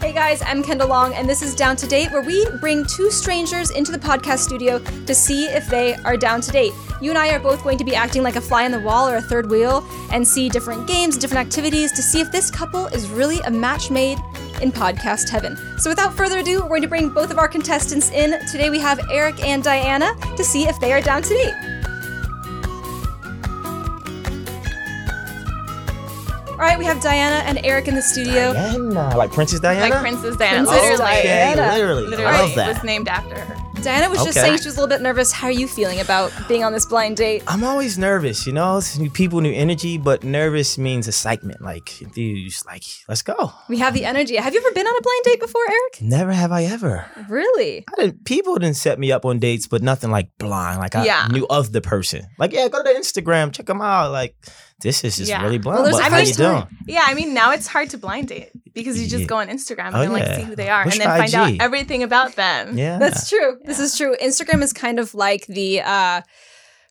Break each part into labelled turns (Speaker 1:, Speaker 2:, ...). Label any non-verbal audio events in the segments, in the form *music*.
Speaker 1: Hey guys, I'm Kendall Long, and this is Down to Date, where we bring two strangers into the podcast studio to see if they are down to date. You and I are both going to be acting like a fly on the wall or a third wheel and see different games, different activities to see if this couple is really a match made in podcast heaven. So without further ado, we're going to bring both of our contestants in. Today we have Eric and Diana to see if they are down to date. All right, we have Diana and Eric in the studio.
Speaker 2: Diana, like Princess Diana.
Speaker 3: Like Princess Diana.
Speaker 1: Princess
Speaker 3: literally,
Speaker 2: Okay,
Speaker 1: Diana.
Speaker 2: literally.
Speaker 3: literally
Speaker 2: I love
Speaker 3: was
Speaker 2: that.
Speaker 3: named after her.
Speaker 1: Diana was just
Speaker 2: Okay.
Speaker 1: saying she was a little bit nervous. How are you feeling about being on this blind date?
Speaker 2: I'm always nervous, you know. It's new people, new energy, but nervous means excitement. Like, dude, you just like, let's go.
Speaker 1: We have the energy. Have you ever been on a blind date before, Eric?
Speaker 2: Never have I ever.
Speaker 1: Really?
Speaker 2: I didn't, people didn't set me up on dates, but nothing like blind. Like I
Speaker 3: Yeah.
Speaker 2: knew of the person. Like, yeah, go to their Instagram, check them out. Like, this is just
Speaker 3: Yeah.
Speaker 2: really blind.
Speaker 1: Well, there's
Speaker 2: but
Speaker 1: a
Speaker 2: how you
Speaker 1: first time.
Speaker 2: doing?
Speaker 3: Yeah, I mean now it's hard to blind date because you just
Speaker 2: Yeah.
Speaker 3: go on Instagram and
Speaker 2: Oh,
Speaker 3: like
Speaker 2: yeah.
Speaker 3: see who they are
Speaker 2: What's
Speaker 3: and then
Speaker 2: your
Speaker 3: find out
Speaker 2: IG?
Speaker 3: everything about them.
Speaker 2: Yeah,
Speaker 1: That's true. This is true. Instagram is kind of like the uh,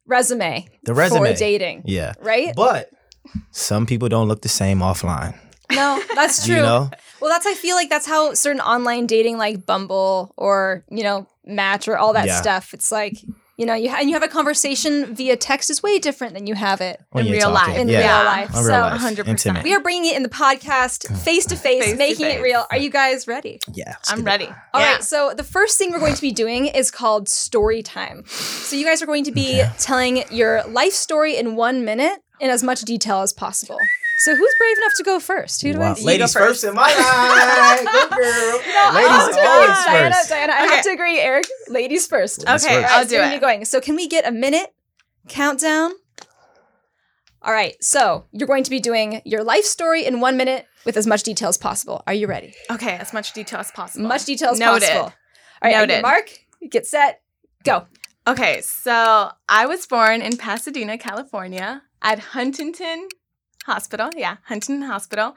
Speaker 1: resume,
Speaker 2: the resume.
Speaker 1: for dating,
Speaker 2: Yeah,
Speaker 1: right?
Speaker 2: but some people don't look the same offline.
Speaker 1: no,
Speaker 2: *laughs*
Speaker 1: that's true.
Speaker 2: You know,
Speaker 1: Well, that's I feel like that's how certain online dating like Bumble or, you know, Match or all that
Speaker 2: Yeah.
Speaker 1: stuff. It's like, you know, you ha- and you have a conversation via text is way different than you have it
Speaker 2: When
Speaker 3: In
Speaker 2: you're
Speaker 3: real
Speaker 2: talking.
Speaker 3: life.
Speaker 1: in
Speaker 2: Yeah.
Speaker 1: real life.
Speaker 2: In real
Speaker 1: so
Speaker 2: life.
Speaker 3: 100%.
Speaker 2: Intimate.
Speaker 1: We are bringing it in the podcast face to face,
Speaker 3: Face to
Speaker 1: making it
Speaker 3: face.
Speaker 1: real. Are you guys ready?
Speaker 2: Yeah, let's
Speaker 3: I'm
Speaker 2: get it.
Speaker 3: ready.
Speaker 1: All right.
Speaker 3: yeah.
Speaker 1: So the first thing we're going to be doing is called story time. So you guys are going to be telling your life story in one minute in as much detail as possible. So who's brave enough to go first? Who do I?
Speaker 2: Wow.
Speaker 1: see?
Speaker 2: Ladies
Speaker 3: You go
Speaker 2: first in my
Speaker 1: *laughs*
Speaker 2: eye. Good girl.
Speaker 1: Oh,
Speaker 2: Ladies
Speaker 1: Diana,
Speaker 2: always
Speaker 1: Diana,
Speaker 2: first.
Speaker 1: Diana, I
Speaker 3: Okay.
Speaker 1: have to agree, Eric. Ladies first.
Speaker 2: Ladies
Speaker 3: Okay,
Speaker 2: first.
Speaker 1: All right,
Speaker 3: I'll
Speaker 1: so
Speaker 3: do
Speaker 1: we're gonna be
Speaker 3: it.
Speaker 1: going. So can we get a minute countdown? All right. So you're going to be doing your life story in one minute with as much detail as possible. Are you ready?
Speaker 3: Okay, as much detail as possible.
Speaker 1: Much detail as
Speaker 3: Noted.
Speaker 1: possible. All right. on your
Speaker 3: Noted.
Speaker 1: Mark, get set, go.
Speaker 3: Okay, so I was born in Pasadena, California, at Huntington Hospital. Yeah, Huntington Hospital.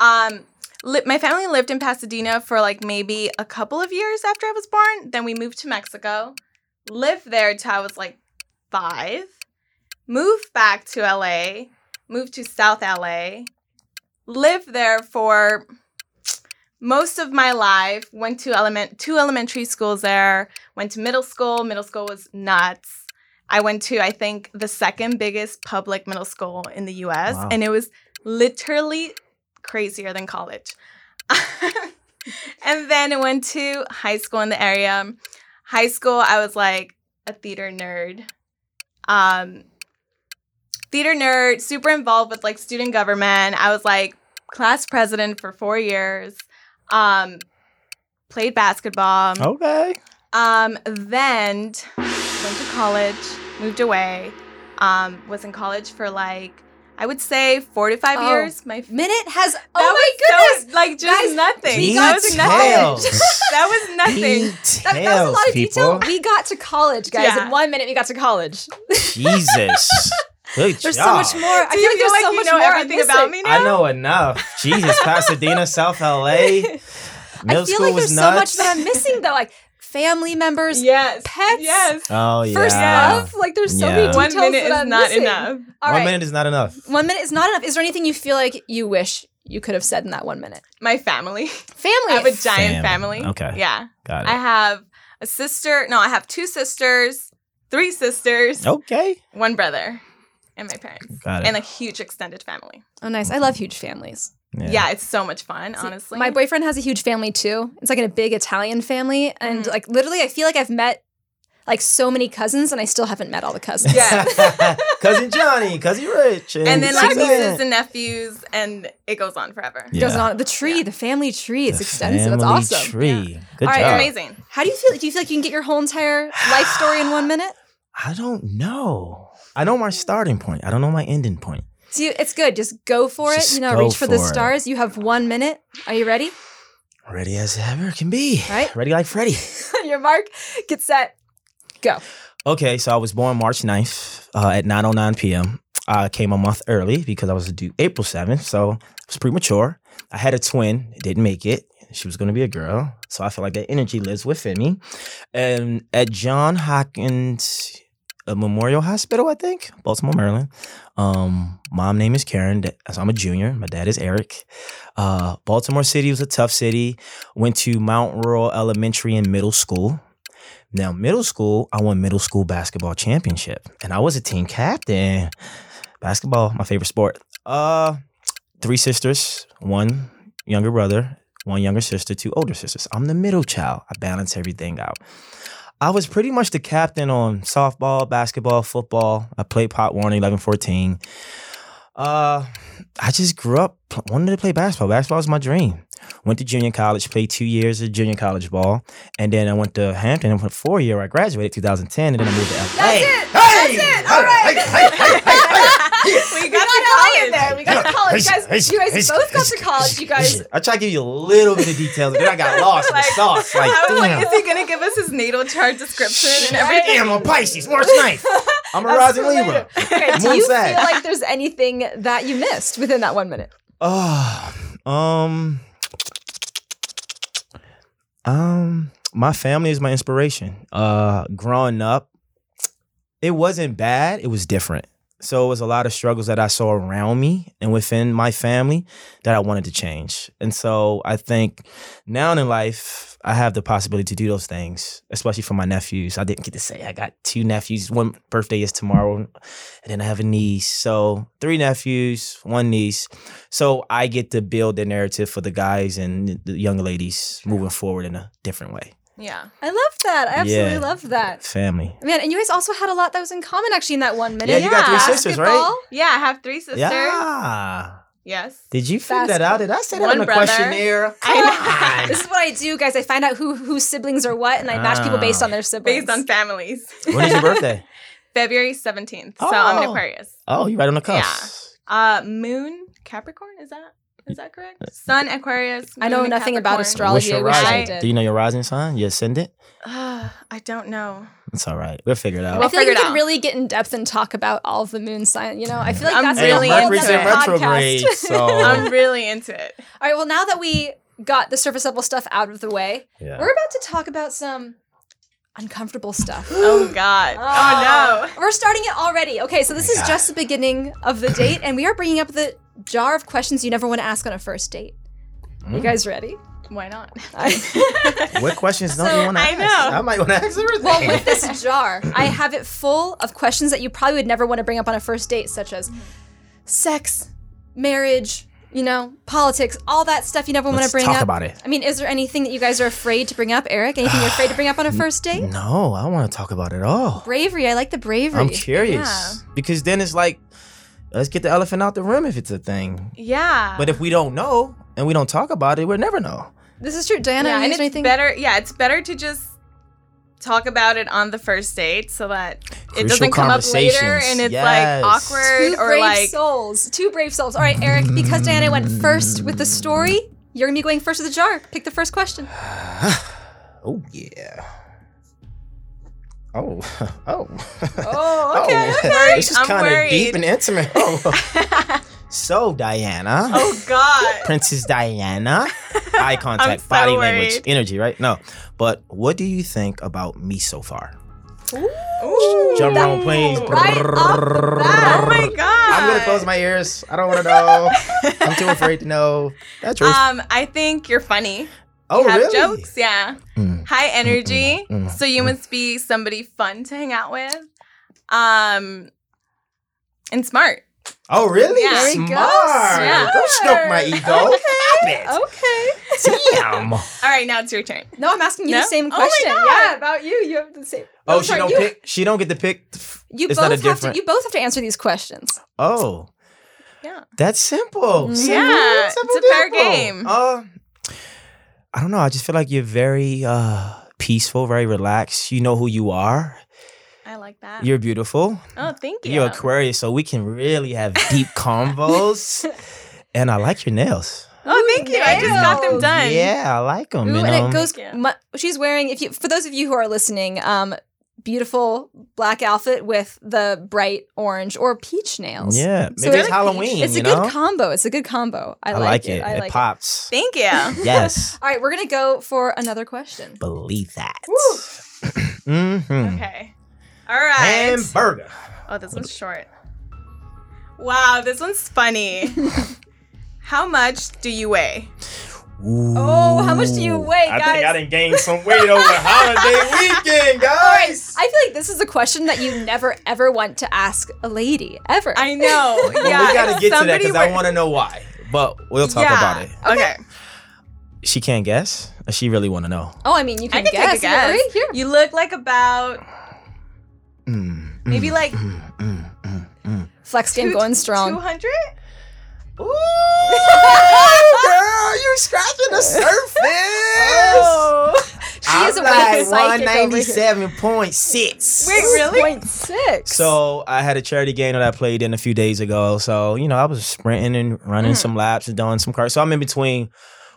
Speaker 3: Um, li- my family lived in Pasadena for like maybe a couple of years after I was born. Then we moved to Mexico, lived there till I was like five, moved back to LA, moved to South LA, lived there for most of my life. Went to element two elementary schools there went to middle school middle school was nuts i went to i think the second biggest public middle school in the us
Speaker 2: Wow.
Speaker 3: and it was literally crazier than college *laughs* and then i went to high school in the area high school i was like a theater nerd um theater nerd super involved with like student government i was like class president for four years um played basketball
Speaker 2: Okay.
Speaker 3: um, then t- went to college, moved away. Um, was in college for like I would say four to five
Speaker 1: Oh.
Speaker 3: years. My f-
Speaker 1: Minute has. oh
Speaker 3: that
Speaker 1: my
Speaker 3: was so-
Speaker 1: goodness.
Speaker 3: like just
Speaker 1: Guys,
Speaker 3: nothing.
Speaker 1: we
Speaker 3: that
Speaker 1: got
Speaker 3: was
Speaker 1: to
Speaker 3: nothing. *laughs*
Speaker 1: *laughs*
Speaker 2: Details.
Speaker 3: that was nothing.
Speaker 1: That, that was a lot of
Speaker 2: people.
Speaker 1: detail. We got to college, guys.
Speaker 3: Yeah.
Speaker 1: In one minute, we got to college. *laughs*
Speaker 2: Jesus. Good
Speaker 1: There's so
Speaker 2: job.
Speaker 1: much more. I
Speaker 3: Do
Speaker 1: feel
Speaker 3: you
Speaker 1: like there's so
Speaker 3: you
Speaker 1: much
Speaker 3: know
Speaker 1: more I'm
Speaker 3: everything
Speaker 1: missing.
Speaker 3: about me now?
Speaker 2: I know enough.
Speaker 1: *laughs*
Speaker 2: Jesus, Pasadena, South LA. Middle
Speaker 1: I feel
Speaker 2: school
Speaker 1: like
Speaker 2: was
Speaker 1: there's
Speaker 2: nuts.
Speaker 1: so much that I'm missing, though. Like family members,
Speaker 3: Yes.
Speaker 1: pets.
Speaker 3: Yes.
Speaker 2: oh yeah.
Speaker 1: first love. Like there's so many
Speaker 2: Yeah.
Speaker 1: details
Speaker 3: One minute
Speaker 1: that
Speaker 3: is
Speaker 1: I'm
Speaker 3: not
Speaker 1: missing.
Speaker 3: enough.
Speaker 1: All
Speaker 2: one
Speaker 1: right.
Speaker 2: minute is not enough.
Speaker 1: One minute is not enough. Is there anything you feel like you wish you could have said in that one minute?
Speaker 3: My family. *laughs*
Speaker 1: Family.
Speaker 3: I have a giant
Speaker 2: Family.
Speaker 3: family.
Speaker 2: Okay.
Speaker 3: Yeah.
Speaker 2: Got it.
Speaker 3: I have a sister. No, I have two sisters, three sisters,
Speaker 2: okay.
Speaker 3: one brother, and my parents.
Speaker 2: Got it.
Speaker 3: and a huge extended family.
Speaker 1: oh, nice. I love huge families.
Speaker 3: Yeah, it's so much fun,
Speaker 1: See,
Speaker 3: honestly.
Speaker 1: My boyfriend has a huge family too. It's like in a big Italian family. And
Speaker 3: Mhm.
Speaker 1: like literally, I feel like I've met like so many cousins and I still haven't met all the cousins.
Speaker 2: *laughs*
Speaker 3: Yeah.
Speaker 2: cousin Johnny, cousin Rich, and,
Speaker 3: and then like
Speaker 2: Suzanne.
Speaker 3: nieces and nephews, and it goes on forever.
Speaker 2: Yeah.
Speaker 1: Goes on the tree, the family tree. It's
Speaker 2: The
Speaker 1: extensive. It's
Speaker 2: family
Speaker 1: awesome.
Speaker 2: Tree. Good
Speaker 1: All right,
Speaker 2: job.
Speaker 3: It's amazing.
Speaker 1: How do you feel? Do you feel like you can get your whole entire life story in
Speaker 2: *sighs*
Speaker 1: one minute?
Speaker 2: I don't know. I know my starting point. I don't know my ending point.
Speaker 1: So you, it's good. Just go for it.
Speaker 2: Just
Speaker 1: You know,
Speaker 2: go
Speaker 1: reach for, the
Speaker 2: for it.
Speaker 1: stars. You have one minute. Are you ready? *laughs*
Speaker 2: Ready as ever can be.
Speaker 1: Right.
Speaker 2: Ready like Freddy.
Speaker 1: your mark, get set, go.
Speaker 2: Okay, so I was born March 9th uh, at 9.09 p.m. I came a month early because I was due April 7th, so it was premature. I had a twin, didn't make it. She was going to be a girl, so I feel like that energy lives within me. And at John Hopkins uh, Memorial Hospital, I think, Baltimore, Maryland. Um, mom name is Karen. Da- So I'm a junior. My dad is Eric. Uh, Baltimore City was a tough city. Went to Mount Rural Elementary and Middle School. Now, middle school, I won middle school basketball championship, and I was a team captain. Basketball, my favorite sport. Uh, three sisters, one younger brother, one younger sister, two older sisters. I'm the middle child. I balance everything out. I was pretty much the captain on softball, basketball, football. I played pot warning 11, 14. Uh, I just grew up pl- wanted to play basketball. Basketball was my dream. Went to junior college, played two years of junior college ball, and then I went to Hampton and for four year. I graduated 2010, and then I moved to LA.
Speaker 1: That's it. That's it. All right. *laughs*
Speaker 3: *laughs*
Speaker 1: *laughs*
Speaker 3: we
Speaker 1: We got
Speaker 3: got to
Speaker 1: LA in
Speaker 3: college.
Speaker 1: there. We got to college, guys. You guys both got to college. You guys.
Speaker 2: I try to give you a little bit of details, but then
Speaker 1: *laughs*
Speaker 2: I got lost in the
Speaker 3: Like,
Speaker 2: sauce. Like,
Speaker 3: I was
Speaker 2: damn.
Speaker 3: like, is he gonna give us his natal chart description and
Speaker 1: Right.
Speaker 3: everything?
Speaker 2: Damn, I'm Pisces, March
Speaker 1: *laughs*
Speaker 2: 9th. I'm a rising Libra.
Speaker 3: *laughs*
Speaker 1: Okay, do
Speaker 2: Moon
Speaker 1: you
Speaker 2: sag.
Speaker 1: feel like there's anything that you missed within that one minute?
Speaker 2: Oh, um, um, my family is my inspiration. Uh, growing up, it wasn't bad. It was different. So it was a lot of struggles that I saw around me and within my family that I wanted to change. And so I think now in life, I have the possibility to do those things, especially for my nephews. I didn't get to say I got two nephews. One birthday is tomorrow, and then I have a niece. So three nephews, one niece. So I get to build the narrative for the guys and the young ladies moving forward in a different way.
Speaker 3: Yeah.
Speaker 1: I love that. I absolutely
Speaker 2: Yeah.
Speaker 1: love that.
Speaker 2: Family.
Speaker 1: Man, and you guys also had a lot that was in common actually in that one minute.
Speaker 2: Yeah, you got
Speaker 3: three
Speaker 2: sisters, right?
Speaker 1: Basketball.
Speaker 3: Yeah, I have three sisters.
Speaker 2: Yeah.
Speaker 3: Yes.
Speaker 2: Did you figure that out? Did I say that
Speaker 3: One
Speaker 2: on the
Speaker 3: brother.
Speaker 2: questionnaire?
Speaker 3: I
Speaker 2: Come
Speaker 1: This is what I do, guys. I find out who whose siblings are what, and I match people based
Speaker 2: Ah.
Speaker 1: on their siblings.
Speaker 3: Based on families.
Speaker 2: on. when is
Speaker 3: *laughs*
Speaker 2: your birthday?
Speaker 3: February 17th. So I'm an
Speaker 2: Oh.
Speaker 3: Aquarius.
Speaker 2: Oh, you're right on the cusp.
Speaker 3: Uh moon Capricorn, is that is that correct? Sun Aquarius.
Speaker 1: I know
Speaker 3: moon,
Speaker 1: nothing about
Speaker 3: Capricorn.
Speaker 1: astrology.
Speaker 2: What's your
Speaker 1: I wish I
Speaker 2: rising?
Speaker 1: did.
Speaker 2: Do you know your rising sign? Your ascendant?
Speaker 3: Uh, *sighs* I don't know.
Speaker 2: It's all right. We'll figure it out.
Speaker 1: I
Speaker 3: We'll
Speaker 1: feel like
Speaker 3: figure
Speaker 1: we
Speaker 3: it
Speaker 1: can
Speaker 3: out.
Speaker 1: really get in depth and talk about all of the moon sign. You know, I feel like
Speaker 3: I'm
Speaker 1: that's
Speaker 3: Hey,
Speaker 1: really
Speaker 3: Mercury's
Speaker 1: another
Speaker 3: in
Speaker 1: podcast.
Speaker 2: retrograde,
Speaker 1: *laughs*
Speaker 2: so-
Speaker 3: I'm really into it.
Speaker 1: all right. Well, now that we got the surface level stuff out of the way,
Speaker 2: Yeah.
Speaker 1: we're about to talk about some uncomfortable stuff. *gasps*
Speaker 3: Oh god. Oh,
Speaker 1: We're starting it already. Okay, so this
Speaker 2: Ah. Oh my
Speaker 1: is
Speaker 2: God.
Speaker 1: just the beginning of the
Speaker 2: *laughs*
Speaker 1: date, and we are bringing up the jar of questions you never want to ask on a first date. You
Speaker 2: Mm.
Speaker 1: guys ready?
Speaker 3: no. Why not?
Speaker 2: What questions don't
Speaker 1: So,
Speaker 2: you want to
Speaker 3: I
Speaker 2: ask?
Speaker 3: know.
Speaker 2: I might want to ask everything.
Speaker 1: Well, with this jar, I have it full of questions that you probably would never want to bring up on a first date, such as sex, marriage, you know, politics, all that stuff you never want
Speaker 2: Let's
Speaker 1: to bring
Speaker 2: talk
Speaker 1: up.
Speaker 2: about it.
Speaker 1: I mean, is there anything that you guys are afraid to bring up, Eric? Anything you're afraid to bring up
Speaker 2: *sighs*
Speaker 1: on a first date?
Speaker 2: No, I don't want to talk about it all.
Speaker 1: Bravery. I like the bravery.
Speaker 2: I'm curious
Speaker 3: Yeah.
Speaker 2: because then it's like, let's get the elephant out the room if it's a thing.
Speaker 3: *laughs* Yeah.
Speaker 2: But if we don't know and we don't talk about it, we'll never know.
Speaker 1: This is true, Diana.
Speaker 3: yeah,
Speaker 1: is
Speaker 3: and
Speaker 1: there
Speaker 3: it's
Speaker 1: anything?
Speaker 3: better. Yeah, it's better to just talk about it on the first date so that
Speaker 2: Crucial
Speaker 3: it doesn't come up later
Speaker 2: conversations.
Speaker 3: and it's
Speaker 2: Yes.
Speaker 3: like awkward
Speaker 1: Two
Speaker 3: or
Speaker 1: brave
Speaker 3: like
Speaker 1: souls. Two brave souls. All right, Eric. Because Diana went first with the story, you're gonna be going first with the jar. Pick the first question.
Speaker 2: Oh yeah. Oh, oh.
Speaker 1: Oh,
Speaker 2: This is
Speaker 3: I'm
Speaker 2: kind of
Speaker 3: worried.
Speaker 2: deep and intimate. Oh. so Diana.
Speaker 3: *laughs* oh god.
Speaker 2: Princess Diana. Eye contact,
Speaker 3: so
Speaker 2: body language,
Speaker 3: worried.
Speaker 2: energy, right? No. But what do you think about me so far?
Speaker 3: Ooh.
Speaker 2: Jump
Speaker 1: That-
Speaker 2: around, please.
Speaker 1: right off the bat.
Speaker 3: Oh my god.
Speaker 2: I'm gonna close my ears. I don't want to know. I'm too afraid to know. That's true.
Speaker 3: Um, I think you're funny.
Speaker 2: oh,
Speaker 3: you have
Speaker 2: really?
Speaker 3: jokes, yeah.
Speaker 2: Mm.
Speaker 3: High energy.
Speaker 2: mm,
Speaker 3: so you must be somebody fun to hang out with. Um and smart.
Speaker 2: Oh, really?
Speaker 3: Yeah. There
Speaker 1: we go.
Speaker 2: Smart.
Speaker 3: Yeah.
Speaker 2: Don't stroke my ego. Stop it.
Speaker 1: Okay.
Speaker 2: Damn.
Speaker 3: All right, now it's your turn.
Speaker 1: *laughs* No, I'm asking you
Speaker 3: No?
Speaker 1: the same
Speaker 3: Oh my
Speaker 1: question.
Speaker 3: God.
Speaker 1: Yeah, about you. You have the same.
Speaker 2: Oh,
Speaker 1: I'm
Speaker 2: she
Speaker 1: sorry,
Speaker 2: don't
Speaker 1: you,
Speaker 2: pick. She don't get to pick.
Speaker 1: You both
Speaker 2: It's not a
Speaker 1: have
Speaker 2: different-
Speaker 1: to. You both have to answer these questions.
Speaker 2: Oh.
Speaker 3: Yeah.
Speaker 2: That's simple.
Speaker 1: Mm.
Speaker 2: Simple,
Speaker 3: Yeah,
Speaker 2: simple,
Speaker 3: it's a fair
Speaker 2: simple.
Speaker 3: game.
Speaker 2: Uh, I don't know. I just feel like you're very uh, peaceful, very relaxed. You know who you are.
Speaker 3: I like that.
Speaker 2: You're beautiful.
Speaker 3: oh, thank you.
Speaker 2: You're Aquarius, so we can really have
Speaker 3: *laughs*
Speaker 2: deep convos. And I like your nails.
Speaker 3: Oh, thank you. I just got them
Speaker 1: nails.
Speaker 3: done.
Speaker 2: Yeah, I like them.
Speaker 1: Ooh, and it goes.
Speaker 3: Yeah.
Speaker 1: mu- she's wearing. If you, for those of you who are listening, um, beautiful black outfit with the bright orange or peach nails.
Speaker 2: Yeah,
Speaker 1: So it's
Speaker 2: maybe it's
Speaker 1: like-
Speaker 2: Halloween.
Speaker 1: It's a
Speaker 2: you
Speaker 1: good
Speaker 2: know?
Speaker 1: combo. It's a good combo. I,
Speaker 2: I
Speaker 1: like it.
Speaker 2: it.
Speaker 1: I like
Speaker 2: pops. *laughs*
Speaker 3: Thank
Speaker 1: *laughs*
Speaker 3: you.
Speaker 2: Yes,
Speaker 1: All right, we're gonna go for another question.
Speaker 2: *clears throat* believe that.
Speaker 3: Woo.
Speaker 2: hmm
Speaker 3: okay. All right.
Speaker 2: Hamburger.
Speaker 3: Oh, this one's short. Wow, this
Speaker 2: *laughs*
Speaker 3: one's funny. How much do you weigh?
Speaker 1: Oh, how much do you
Speaker 2: Ooh.
Speaker 1: weigh,
Speaker 2: I think I
Speaker 1: guys?
Speaker 2: didn't gain some weight
Speaker 1: *laughs*
Speaker 2: over holiday weekend, guys.
Speaker 1: I feel like this is a question that you never ever want to ask a lady ever.
Speaker 3: I know.
Speaker 2: Well,
Speaker 3: yeah.
Speaker 2: we gotta get to that
Speaker 3: somebody
Speaker 2: because I
Speaker 3: were-
Speaker 2: want to know why. But we'll talk
Speaker 3: Yeah,
Speaker 2: about it.
Speaker 3: *laughs* Okay.
Speaker 2: She can't guess. Or she really want to know.
Speaker 1: oh, I mean, you can,
Speaker 3: I can
Speaker 1: guess.
Speaker 3: take a guess.
Speaker 1: Right here.
Speaker 3: You look like about
Speaker 2: Mm, mm,
Speaker 3: maybe like
Speaker 2: mm, mm, mm, mm.
Speaker 1: Flex game
Speaker 3: two-
Speaker 1: going strong.
Speaker 3: 200?
Speaker 2: Ooh, girl, you scratching the surface.
Speaker 3: Oh,
Speaker 1: She is a wedding psychic over here.
Speaker 2: point six.
Speaker 3: Wait, really?
Speaker 1: Point six.
Speaker 2: So I had a charity game that I played in a few days ago. So you know I was sprinting and running
Speaker 3: Mhm.
Speaker 2: some laps and doing some cardio. So I'm in between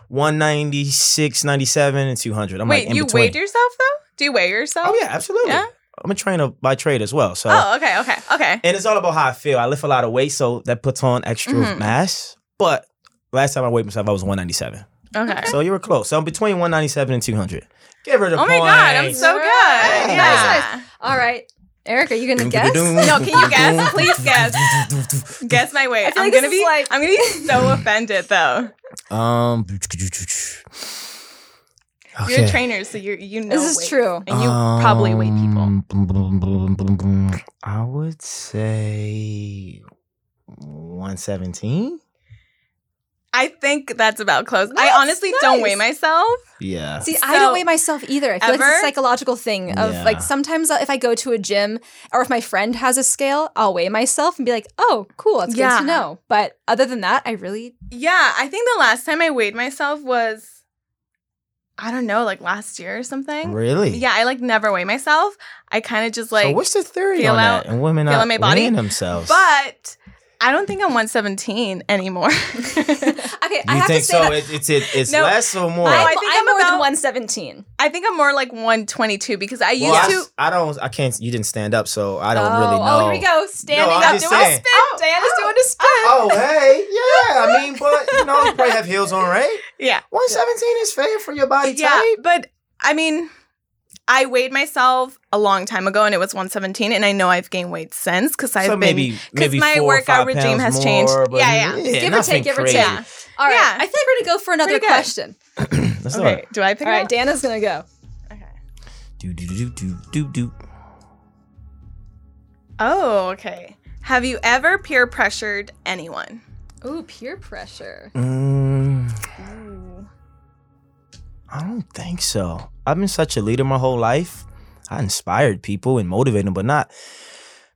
Speaker 2: 196, 97, and 200. I'm
Speaker 3: Wait,
Speaker 2: like in
Speaker 3: you
Speaker 2: between.
Speaker 3: weighed yourself though? Do you weigh yourself?
Speaker 2: Oh yeah, absolutely.
Speaker 3: Yeah?
Speaker 2: I'm a trainer by trade as well. So
Speaker 3: Oh, okay, okay, okay.
Speaker 2: and it's all about how I feel. I lift a lot of weight, so that puts on extra
Speaker 3: Mhm.
Speaker 2: mass. But last time I weighed myself, I was 197.
Speaker 3: Okay.
Speaker 2: So you were close. So I'm between 197 and 200. Give her the
Speaker 3: Oh
Speaker 2: point.
Speaker 3: my god, I'm so good.
Speaker 1: Nice,
Speaker 3: Yeah.
Speaker 1: nice. All right, Erica, you gonna guess?
Speaker 3: No, can you guess? Please guess. Guess my weight.
Speaker 1: I feel
Speaker 3: I'm
Speaker 1: like
Speaker 3: gonna
Speaker 1: this is
Speaker 3: be
Speaker 1: like-
Speaker 3: I'm gonna be so
Speaker 2: *laughs*
Speaker 3: offended though.
Speaker 2: Um.
Speaker 3: You're
Speaker 2: okay.
Speaker 3: trainers, so you you know
Speaker 1: This is
Speaker 3: weights,
Speaker 1: true.
Speaker 3: and you probably weigh
Speaker 2: Um,
Speaker 3: people.
Speaker 2: people. I would say 117.
Speaker 3: I think that's about close.
Speaker 1: Nice,
Speaker 3: I honestly don't weigh
Speaker 1: nice.
Speaker 3: myself.
Speaker 2: Yeah.
Speaker 1: See, I don't
Speaker 3: So-
Speaker 1: weigh myself either. I feel like it's
Speaker 3: Ever?
Speaker 1: a psychological thing of
Speaker 2: Yeah.
Speaker 1: like sometimes if I go to a gym or if my friend has a scale, I'll weigh myself and be like, oh, cool, that's good
Speaker 3: Yeah.
Speaker 1: to know. But other than that, I
Speaker 3: *laughs*
Speaker 1: really *laughs*
Speaker 3: Yeah, I think the last time I weighed myself was I don't know, like last year or something.
Speaker 2: Really?
Speaker 3: Yeah, I like never weigh myself. I kind of just like
Speaker 2: so what's the theory
Speaker 3: feel
Speaker 2: on
Speaker 3: out-
Speaker 2: that? And women
Speaker 3: feel
Speaker 2: not
Speaker 3: out my body.
Speaker 2: weighing themselves.
Speaker 3: But I don't think I'm 117 anymore. *laughs*
Speaker 1: okay. I
Speaker 2: you
Speaker 1: have to say
Speaker 2: think so?
Speaker 1: that
Speaker 2: It, it's it, it's
Speaker 3: No,
Speaker 2: less or more?
Speaker 1: I'm,
Speaker 3: I
Speaker 1: I
Speaker 3: think
Speaker 1: am
Speaker 3: I'm
Speaker 1: more than
Speaker 3: about-
Speaker 1: 117.
Speaker 3: I think I'm more like 122 because I used
Speaker 2: Well, I,
Speaker 3: to.
Speaker 2: s- I don't. I can't. You didn't stand up, so I don't
Speaker 1: oh,
Speaker 2: really know.
Speaker 1: Oh, here we go. Standing
Speaker 2: I'm
Speaker 1: up,
Speaker 2: just
Speaker 1: doing a
Speaker 2: saying.
Speaker 1: spin. Diana's doing a spin.
Speaker 2: Oh, hey, yeah. I mean, but you know, you probably have heels on, right?
Speaker 3: yeah.
Speaker 2: 117 is fair for your body
Speaker 3: Yeah. But I mean, I weighed myself a long time ago and it was 117. And I know I've gained weight since because I've
Speaker 2: so
Speaker 3: been.
Speaker 2: maybe maybe
Speaker 3: my
Speaker 2: four or five
Speaker 3: workout regime
Speaker 2: pounds
Speaker 3: has
Speaker 2: more,
Speaker 3: changed.
Speaker 2: but
Speaker 3: Yeah, yeah.
Speaker 1: Give or take,
Speaker 2: nothing
Speaker 1: give or
Speaker 2: crazy.
Speaker 3: yeah.
Speaker 1: All right.
Speaker 3: Yeah.
Speaker 1: I feel like we're gonna go for another
Speaker 3: Pretty good.
Speaker 1: question.
Speaker 2: *clears throat* Let's do
Speaker 3: Okay.
Speaker 2: it.
Speaker 3: Do I pick
Speaker 1: All right,
Speaker 3: it
Speaker 1: Dana's gonna go.
Speaker 3: up? Okay.
Speaker 2: Do do do do do do.
Speaker 3: Oh, okay. Have you ever peer pressured anyone?
Speaker 1: Ooh, peer pressure.
Speaker 2: Mm,
Speaker 3: Ooh.
Speaker 2: I don't think so. I've been such a leader my whole life. I inspired people and motivated them, but not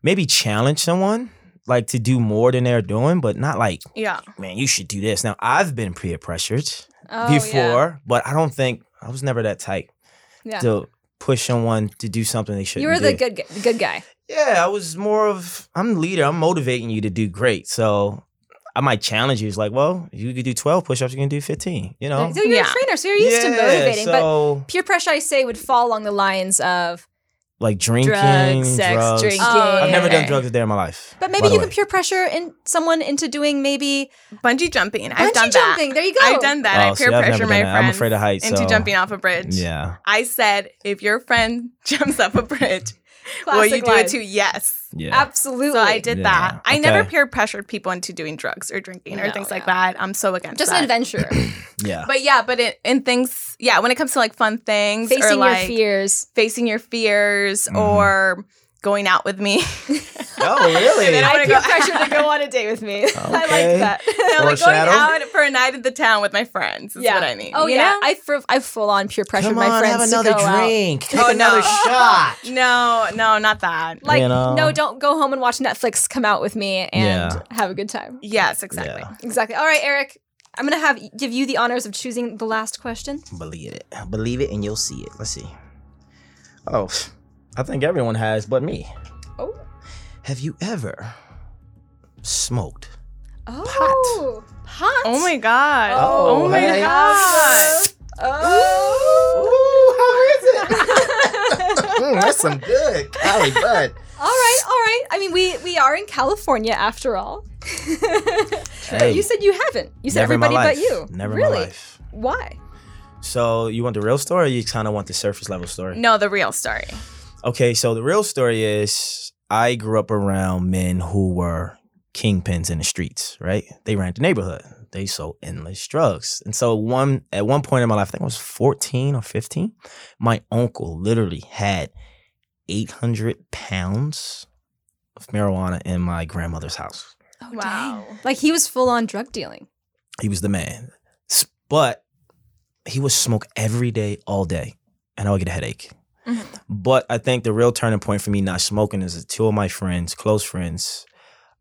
Speaker 2: maybe challenge someone like to do more than they're doing, but not like,
Speaker 3: Yeah.
Speaker 2: man, you should do this. Now I've been peer pressured
Speaker 1: Oh, yeah.
Speaker 2: before, but I don't think I was never that type
Speaker 1: Yeah.
Speaker 2: to push someone to do something they shouldn't.
Speaker 1: You were the
Speaker 2: do.
Speaker 1: good gu- good guy.
Speaker 2: Yeah, I was more of I'm the leader. I'm motivating you to do great. So I might challenge you. It's like, well, you could do 12 push-ups, you can do 15. You know?
Speaker 1: So you're
Speaker 3: Yeah.
Speaker 1: a trainer, so you're used to
Speaker 2: Yeah,
Speaker 1: motivating. But
Speaker 2: So
Speaker 1: peer pressure, I say, would fall along the lines of.
Speaker 2: like drinking,
Speaker 3: Drugs, sex,
Speaker 2: drugs.
Speaker 3: drinking.
Speaker 1: Oh,
Speaker 2: I've never done
Speaker 3: okay.
Speaker 2: drugs a day in my life.
Speaker 1: But
Speaker 2: by
Speaker 1: maybe
Speaker 2: the
Speaker 1: you
Speaker 2: way.
Speaker 1: can peer pressure in someone into doing maybe
Speaker 3: Bungee jumping.
Speaker 1: bungee
Speaker 3: I've done that.
Speaker 1: jumping. There you go.
Speaker 3: I've done that.
Speaker 2: Oh,
Speaker 3: I
Speaker 2: see,
Speaker 3: peer
Speaker 2: I've never
Speaker 3: pressure
Speaker 2: done
Speaker 3: my
Speaker 2: that. I'm
Speaker 3: friends
Speaker 2: afraid of heights,
Speaker 3: into
Speaker 2: so-
Speaker 3: jumping off a bridge.
Speaker 2: Yeah.
Speaker 3: I said, if your friend *laughs* jumps off a bridge,
Speaker 1: Classic
Speaker 3: will you do
Speaker 1: line.
Speaker 3: it too? Yes.
Speaker 2: Yeah.
Speaker 1: Absolutely.
Speaker 3: So I did
Speaker 2: Yeah,
Speaker 3: that. I never
Speaker 2: okay.
Speaker 3: peer pressured people into doing drugs or drinking or
Speaker 1: No,
Speaker 3: things like
Speaker 1: yeah.
Speaker 3: that. I'm so against
Speaker 1: Just
Speaker 3: that.
Speaker 1: an
Speaker 3: *laughs*
Speaker 1: adventurer *laughs*
Speaker 2: yeah.
Speaker 3: But yeah, but in, in things, yeah, when it comes to like fun things or
Speaker 1: facing
Speaker 3: like
Speaker 1: your fears.
Speaker 3: facing your fears
Speaker 2: Mhm.
Speaker 3: or going out with me. *laughs*
Speaker 2: oh, really?
Speaker 3: Then I
Speaker 1: I
Speaker 3: wanna
Speaker 1: peer
Speaker 3: go-
Speaker 1: pressure to go *laughs* on a date with me. *laughs* I
Speaker 2: Okay. *laughs*
Speaker 1: like
Speaker 3: No,
Speaker 1: that.
Speaker 3: like going
Speaker 2: Foreshadow.
Speaker 3: out for a night at the town with my friends is
Speaker 1: yeah.
Speaker 3: what I mean.
Speaker 1: Oh
Speaker 3: you
Speaker 1: yeah.
Speaker 3: know?
Speaker 1: I fr- I full on peer pressure
Speaker 2: Come
Speaker 1: my
Speaker 2: on, have
Speaker 1: friends
Speaker 2: another
Speaker 1: to go out.
Speaker 2: drink. Take
Speaker 3: Oh, no.
Speaker 2: another shot.
Speaker 3: No, no, not that.
Speaker 1: Like
Speaker 2: You know?
Speaker 1: no, don't go home and watch Netflix. Come out with me and
Speaker 2: Yeah.
Speaker 1: have a good time.
Speaker 3: Yes, exactly.
Speaker 2: Yeah.
Speaker 1: Exactly. All right, Eric. I'm gonna have give you the honors of choosing the last question.
Speaker 2: Believe it. Believe it and you'll see it. Let's see. Oh, I think everyone has but me.
Speaker 1: Oh.
Speaker 2: Have you ever smoked?
Speaker 1: Oh. Pot.
Speaker 3: Oh my god.
Speaker 2: Oh,
Speaker 3: Oh, my
Speaker 2: hey.
Speaker 3: god.
Speaker 1: Oh.
Speaker 2: Ooh,
Speaker 1: *laughs*
Speaker 2: how is it?
Speaker 1: Oh.
Speaker 2: Mm, that's some good Cali bud.
Speaker 1: all right, all right. I mean, we we are in California after all. *laughs*
Speaker 2: Hey,
Speaker 1: you said you haven't. You said
Speaker 2: never in my
Speaker 1: everybody but
Speaker 2: life.
Speaker 1: you.
Speaker 2: Never
Speaker 1: really?
Speaker 2: in my life.
Speaker 1: Why?
Speaker 2: So you want the real story or you kind of want the surface level story?
Speaker 3: No, the real story.
Speaker 2: Okay, so the real story is I grew up around men who were kingpins in the streets, right? They ran the neighborhood. They sold endless drugs. And so one at one point in my life, I think I was 14 or 15, my uncle literally had 800 pounds of marijuana in my grandmother's house.
Speaker 1: Oh,
Speaker 3: wow.
Speaker 1: Like he was full on drug dealing.
Speaker 2: He was the man. S- But he would smoke every day, all day, and I would get a headache.
Speaker 3: Mhm.
Speaker 2: But I think the real turning point for me not smoking is that two of my friends, close friends,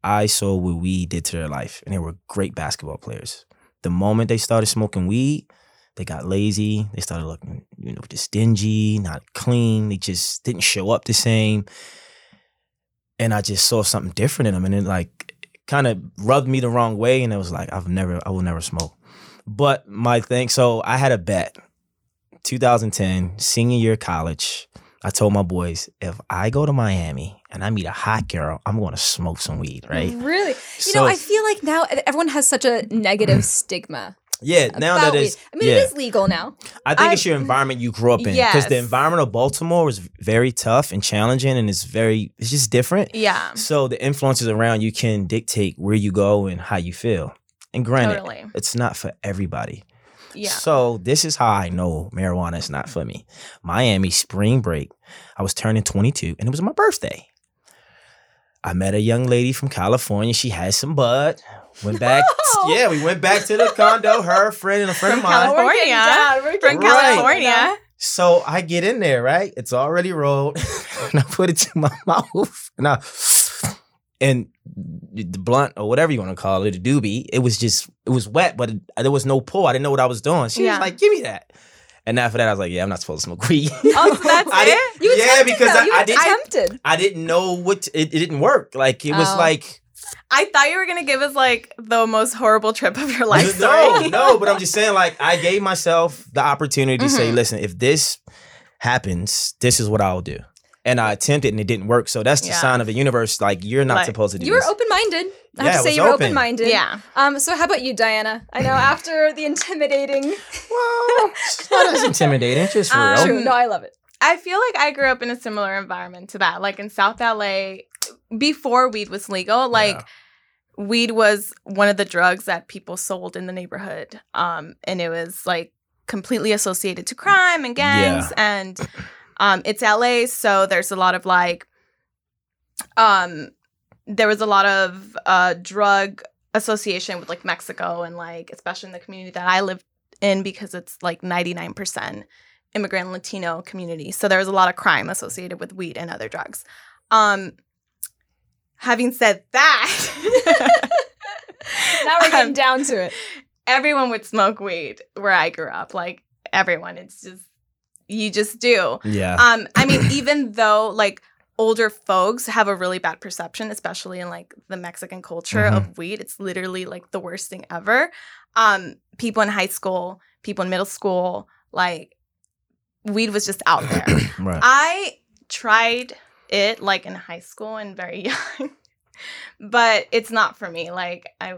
Speaker 2: I saw what weed did to their life, and they were great basketball players. The moment they started smoking weed, they got lazy. They started looking, you know, just dingy, not clean. They just didn't show up the same. And I just saw something different in them, and it like kind of rubbed me the wrong way. And it was like, I've never, I will never smoke. But my thing, so I had a bet. 2010, senior year of college, I told my boys, if I go to Miami and I meet a hot girl, I'm going to smoke some weed, right?
Speaker 1: Really? Mm-hmm. You
Speaker 2: So-
Speaker 1: know, I feel like now everyone has such a
Speaker 2: *clears throat*
Speaker 1: negative stigma
Speaker 2: Yeah, now
Speaker 1: about
Speaker 2: that is,
Speaker 1: weed. I mean,
Speaker 2: yeah.
Speaker 1: it is legal now.
Speaker 2: I think it's
Speaker 3: I-
Speaker 2: your environment you grew up in because the
Speaker 3: Yes.
Speaker 2: environment of Baltimore was very tough and challenging, and it's very, it's just different.
Speaker 3: Yeah.
Speaker 2: So the influences around you can dictate where you go and how you feel. And granted,
Speaker 3: Totally.
Speaker 2: it's not for everybody.
Speaker 3: Yeah.
Speaker 2: So this is how I know marijuana is not for me. Miami spring break. I was turning 22 and it was my birthday. I met a young lady from California. She had some bud. Went
Speaker 3: *laughs*
Speaker 2: back.
Speaker 1: No.
Speaker 2: Yeah, we went back to the condo. Her friend and a friend of
Speaker 3: From
Speaker 2: mine.
Speaker 3: California.
Speaker 1: We're getting down. We're
Speaker 3: From
Speaker 1: getting down right
Speaker 3: California.
Speaker 1: now.
Speaker 2: So I get in there, right? It's already rolled. *laughs* and I put it to my *laughs* mouth. And I and the blunt or whatever you want to call it, a doobie, it was just it was wet, but it, there was no pull. I didn't know what I was doing. She was
Speaker 3: Yeah.
Speaker 2: like, "Give me that." And after that, I was like, "Yeah, I'm not supposed to smoke weed."
Speaker 3: *laughs*
Speaker 2: *laughs*
Speaker 3: Oh, so that's
Speaker 2: I
Speaker 3: it?
Speaker 1: You were
Speaker 2: Yeah,
Speaker 1: tempted,
Speaker 2: because
Speaker 1: though.
Speaker 2: I-
Speaker 1: you
Speaker 2: I
Speaker 1: were
Speaker 2: didn't-
Speaker 1: tempted.
Speaker 2: I didn't know what to- it, it didn't work. Like it was
Speaker 1: Oh.
Speaker 2: like
Speaker 3: I thought you were going to give us like the most horrible trip of *laughs* your life.
Speaker 2: no,
Speaker 3: story.
Speaker 2: no. But I'm just saying, like I gave myself the opportunity to say,
Speaker 3: Mhm.
Speaker 2: "Listen, if this happens, this is what I'll do." And I attempted, and it didn't work. So that's the
Speaker 3: Yeah.
Speaker 2: sign of the universe. Like you're not
Speaker 3: Like,
Speaker 2: supposed to do.
Speaker 1: You were
Speaker 2: this.
Speaker 1: open minded. I
Speaker 2: Yeah,
Speaker 1: have
Speaker 2: I
Speaker 1: to say,
Speaker 2: was
Speaker 1: you were
Speaker 2: open.
Speaker 1: open minded.
Speaker 3: Yeah.
Speaker 1: Um. So, how about you, Diana? I know after the intimidating.
Speaker 2: *laughs* Well, it's not as intimidating. It's just real.
Speaker 3: Um,
Speaker 1: True. No, I love it.
Speaker 3: I feel like I grew up in a similar environment to that. Like in South LA, before weed was legal, like weed was one of the drugs that people sold in the neighborhood. Um, and it was like completely associated to crime and gangs. And um, it's LA, so there's a lot of like, um, there was a lot of uh, drug association with like Mexico and like, especially in the community that I lived in because it's like 99% immigrant Latino community. So there was a lot of crime associated with weed and other drugs. Um, having said that,
Speaker 1: *laughs* Now we're getting
Speaker 3: Um,
Speaker 1: down to it.
Speaker 3: everyone would smoke weed where I grew up. Like everyone, it's just you just do.
Speaker 2: yeah.
Speaker 3: Um,
Speaker 2: *clears throat*
Speaker 3: I mean, even though like older folks have a really bad perception, especially in like the Mexican culture
Speaker 2: Mm-hmm.
Speaker 3: of weed, it's literally like the worst thing ever. Um, people in high school, people in middle school, like weed was just out there.
Speaker 2: *clears throat* right.
Speaker 3: I tried it like in high school and very *laughs* young, but it's not for me. Like I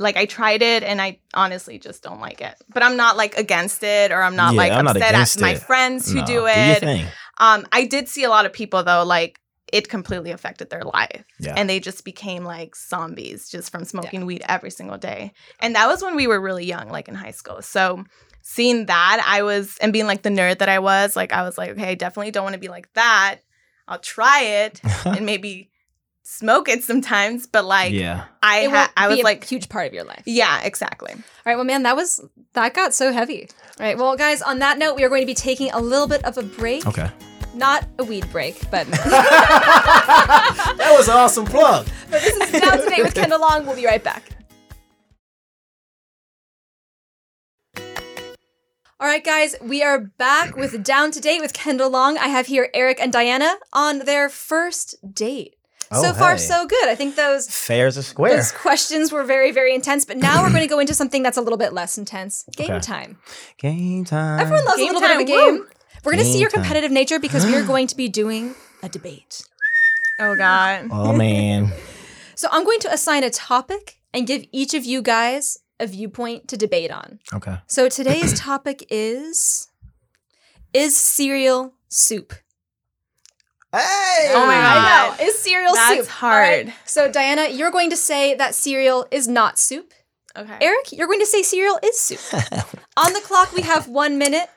Speaker 3: like I tried it and I honestly just don't like it. But I'm not like against it or I'm not
Speaker 2: Yeah,
Speaker 3: like
Speaker 2: I'm not
Speaker 3: upset at
Speaker 2: against
Speaker 3: my
Speaker 2: it.
Speaker 3: friends who
Speaker 2: Nah,
Speaker 3: do
Speaker 2: your
Speaker 3: it.
Speaker 2: thing.
Speaker 3: um I did see a lot of people though like it completely affected their life
Speaker 2: Yeah.
Speaker 3: and they just became like zombies just from smoking weed every single day. And that was when we were really young, like in high school. So seeing that, I was and being like the nerd that I was, like I was like, okay, I definitely don't want to be like that. I'll
Speaker 2: *laughs*
Speaker 3: try it and maybe smoke it sometimes, but like
Speaker 2: yeah.
Speaker 3: I
Speaker 1: It
Speaker 3: ha-
Speaker 1: won't
Speaker 3: I
Speaker 1: be
Speaker 3: was
Speaker 1: a
Speaker 3: like,
Speaker 1: huge part of your life.
Speaker 3: yeah, exactly.
Speaker 1: All right, well, man, that was that got so heavy. All right, well, guys, on that note, we are going to be taking a little bit of a break.
Speaker 3: *laughs*
Speaker 2: Okay.
Speaker 1: Not a weed break, but *laughs*
Speaker 2: That was an awesome plug.
Speaker 1: this is Down to Date with Kendall Long. We'll be right back. All right, guys, we are back with Down to Date with Kendall Long. I have here Eric and Diana on their first date. so
Speaker 2: Oh,
Speaker 1: far,
Speaker 2: hey.
Speaker 1: so good. I think those
Speaker 2: Fair's a square.
Speaker 1: Those questions were very, very intense, but now we're going to go into something that's a little bit less intense game
Speaker 2: Okay.
Speaker 1: time.
Speaker 2: Game time.
Speaker 1: Everyone loves
Speaker 3: Game
Speaker 1: a little bit of a
Speaker 3: time,
Speaker 1: game.
Speaker 3: woo.
Speaker 1: We're going to see
Speaker 2: Game
Speaker 1: your
Speaker 2: time.
Speaker 1: competitive nature because
Speaker 2: *gasps*
Speaker 1: we are going to be doing a debate.
Speaker 3: Oh god.
Speaker 2: Oh man.
Speaker 1: So I'm going to assign a topic and give each of you guys a viewpoint to debate on.
Speaker 2: Okay.
Speaker 1: So *clears throat* today's topic is Is cereal soup?
Speaker 2: Hey!
Speaker 3: Oh my
Speaker 1: I
Speaker 3: God.
Speaker 1: know. Is cereal
Speaker 3: That's
Speaker 1: soup? All
Speaker 3: hard.
Speaker 1: So Diana, you're going to say that cereal is not soup.
Speaker 3: Okay.
Speaker 1: Eric, you're going to say cereal is *laughs* soup. On the clock, we have one minute.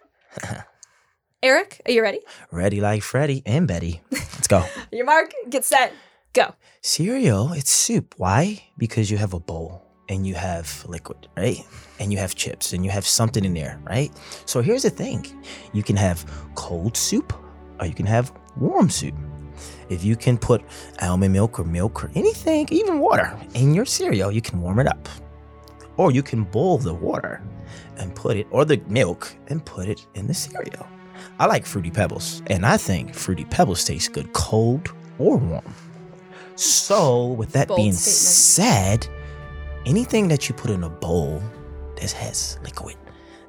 Speaker 1: Eric, are you ready?
Speaker 2: Ready like Freddy and Betty. Let's go.
Speaker 1: Your mark, get set, go.
Speaker 2: Cereal, it's soup. Why? Because you have a bowl and you have liquid, right? And you have chips and you have something in there, right? So here's the thing you can have cold soup or you can have warm soup. If you can put almond milk or milk or anything, even water, in your cereal, you can warm it up. Or you can boil the water and put it, or the milk and put it in the cereal. I like Fruity Pebbles, and I think Fruity Pebbles taste good cold or warm. So, with that
Speaker 1: Bold
Speaker 2: being
Speaker 1: statement.
Speaker 2: said, anything that you put in a bowl that has liquid,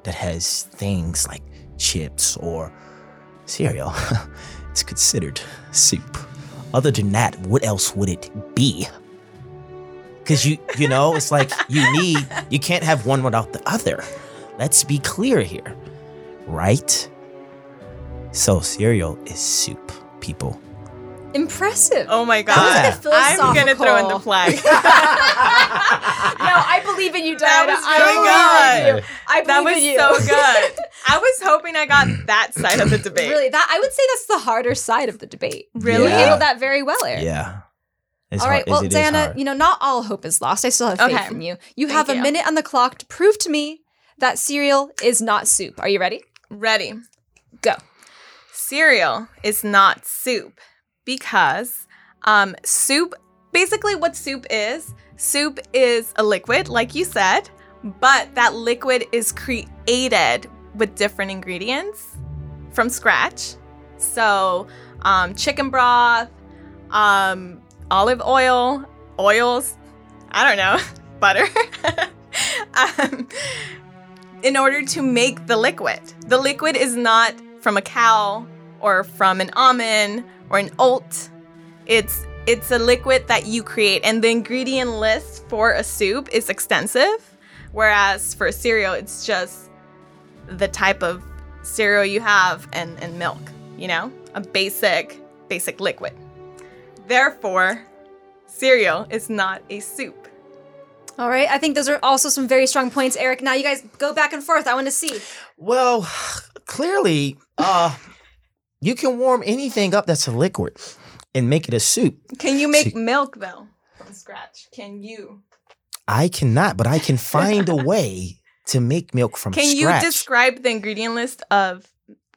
Speaker 2: that has things like chips or cereal, *laughs* is considered soup. Other than that, what else would it be? Because you, you know, *laughs* it's like you need, you can't have one without the other. Let's be clear here, right? So cereal is soup,
Speaker 1: *laughs*
Speaker 2: people.
Speaker 1: Impressive.
Speaker 3: Oh my god.
Speaker 2: That
Speaker 1: was a
Speaker 3: I'm gonna throw in
Speaker 1: philosophical-
Speaker 3: the flag.
Speaker 1: No,
Speaker 2: *laughs*
Speaker 1: I believe in you,
Speaker 3: That
Speaker 1: Diana.
Speaker 3: was
Speaker 1: I
Speaker 3: really
Speaker 1: believe in you. I believe
Speaker 3: that was
Speaker 1: in you.
Speaker 3: so
Speaker 1: *laughs*
Speaker 3: good. I was hoping I got that side of the debate.
Speaker 1: Really, that I would say that's the harder side of the debate.
Speaker 3: Really?
Speaker 1: You
Speaker 2: Yeah.
Speaker 1: handled that very well, Eric.
Speaker 2: Yeah. It's
Speaker 1: all
Speaker 2: hard-
Speaker 1: right. Well,
Speaker 2: it is
Speaker 1: Diana,
Speaker 2: hard.
Speaker 1: you know, not all hope is lost. I still have faith
Speaker 3: Okay.
Speaker 1: in you. You
Speaker 3: Thank
Speaker 1: have a
Speaker 3: you.
Speaker 1: minute on the clock to prove to me that cereal is not soup. Are you ready?
Speaker 3: Ready.
Speaker 1: Go.
Speaker 3: Cereal is not soup because um, soup, basically, what soup is, soup is a liquid, like you said, but that liquid is created with different ingredients from scratch. So, um, chicken broth, um, olive oil, oils, I don't know, *laughs* butter. um, in order to make the liquid. The liquid is not from a cow or from an almond or an oat. It's it's a liquid that you create and the ingredient list for a soup is extensive whereas for a cereal it's just the type of cereal you have and and milk, you know? A basic basic liquid. Therefore, cereal is not a soup.
Speaker 1: All right. I think those are also some very strong points, Eric. Now you guys go back and forth. I want to see.
Speaker 2: Well, clearly, uh, you can warm anything up that's a liquid and make it a soup.
Speaker 3: Can you make
Speaker 2: See-
Speaker 3: milk though from scratch? Can you?
Speaker 2: I cannot, but I
Speaker 3: *laughs*
Speaker 2: can find a way to make milk from
Speaker 3: Can
Speaker 2: scratch.
Speaker 3: you describe the ingredient list of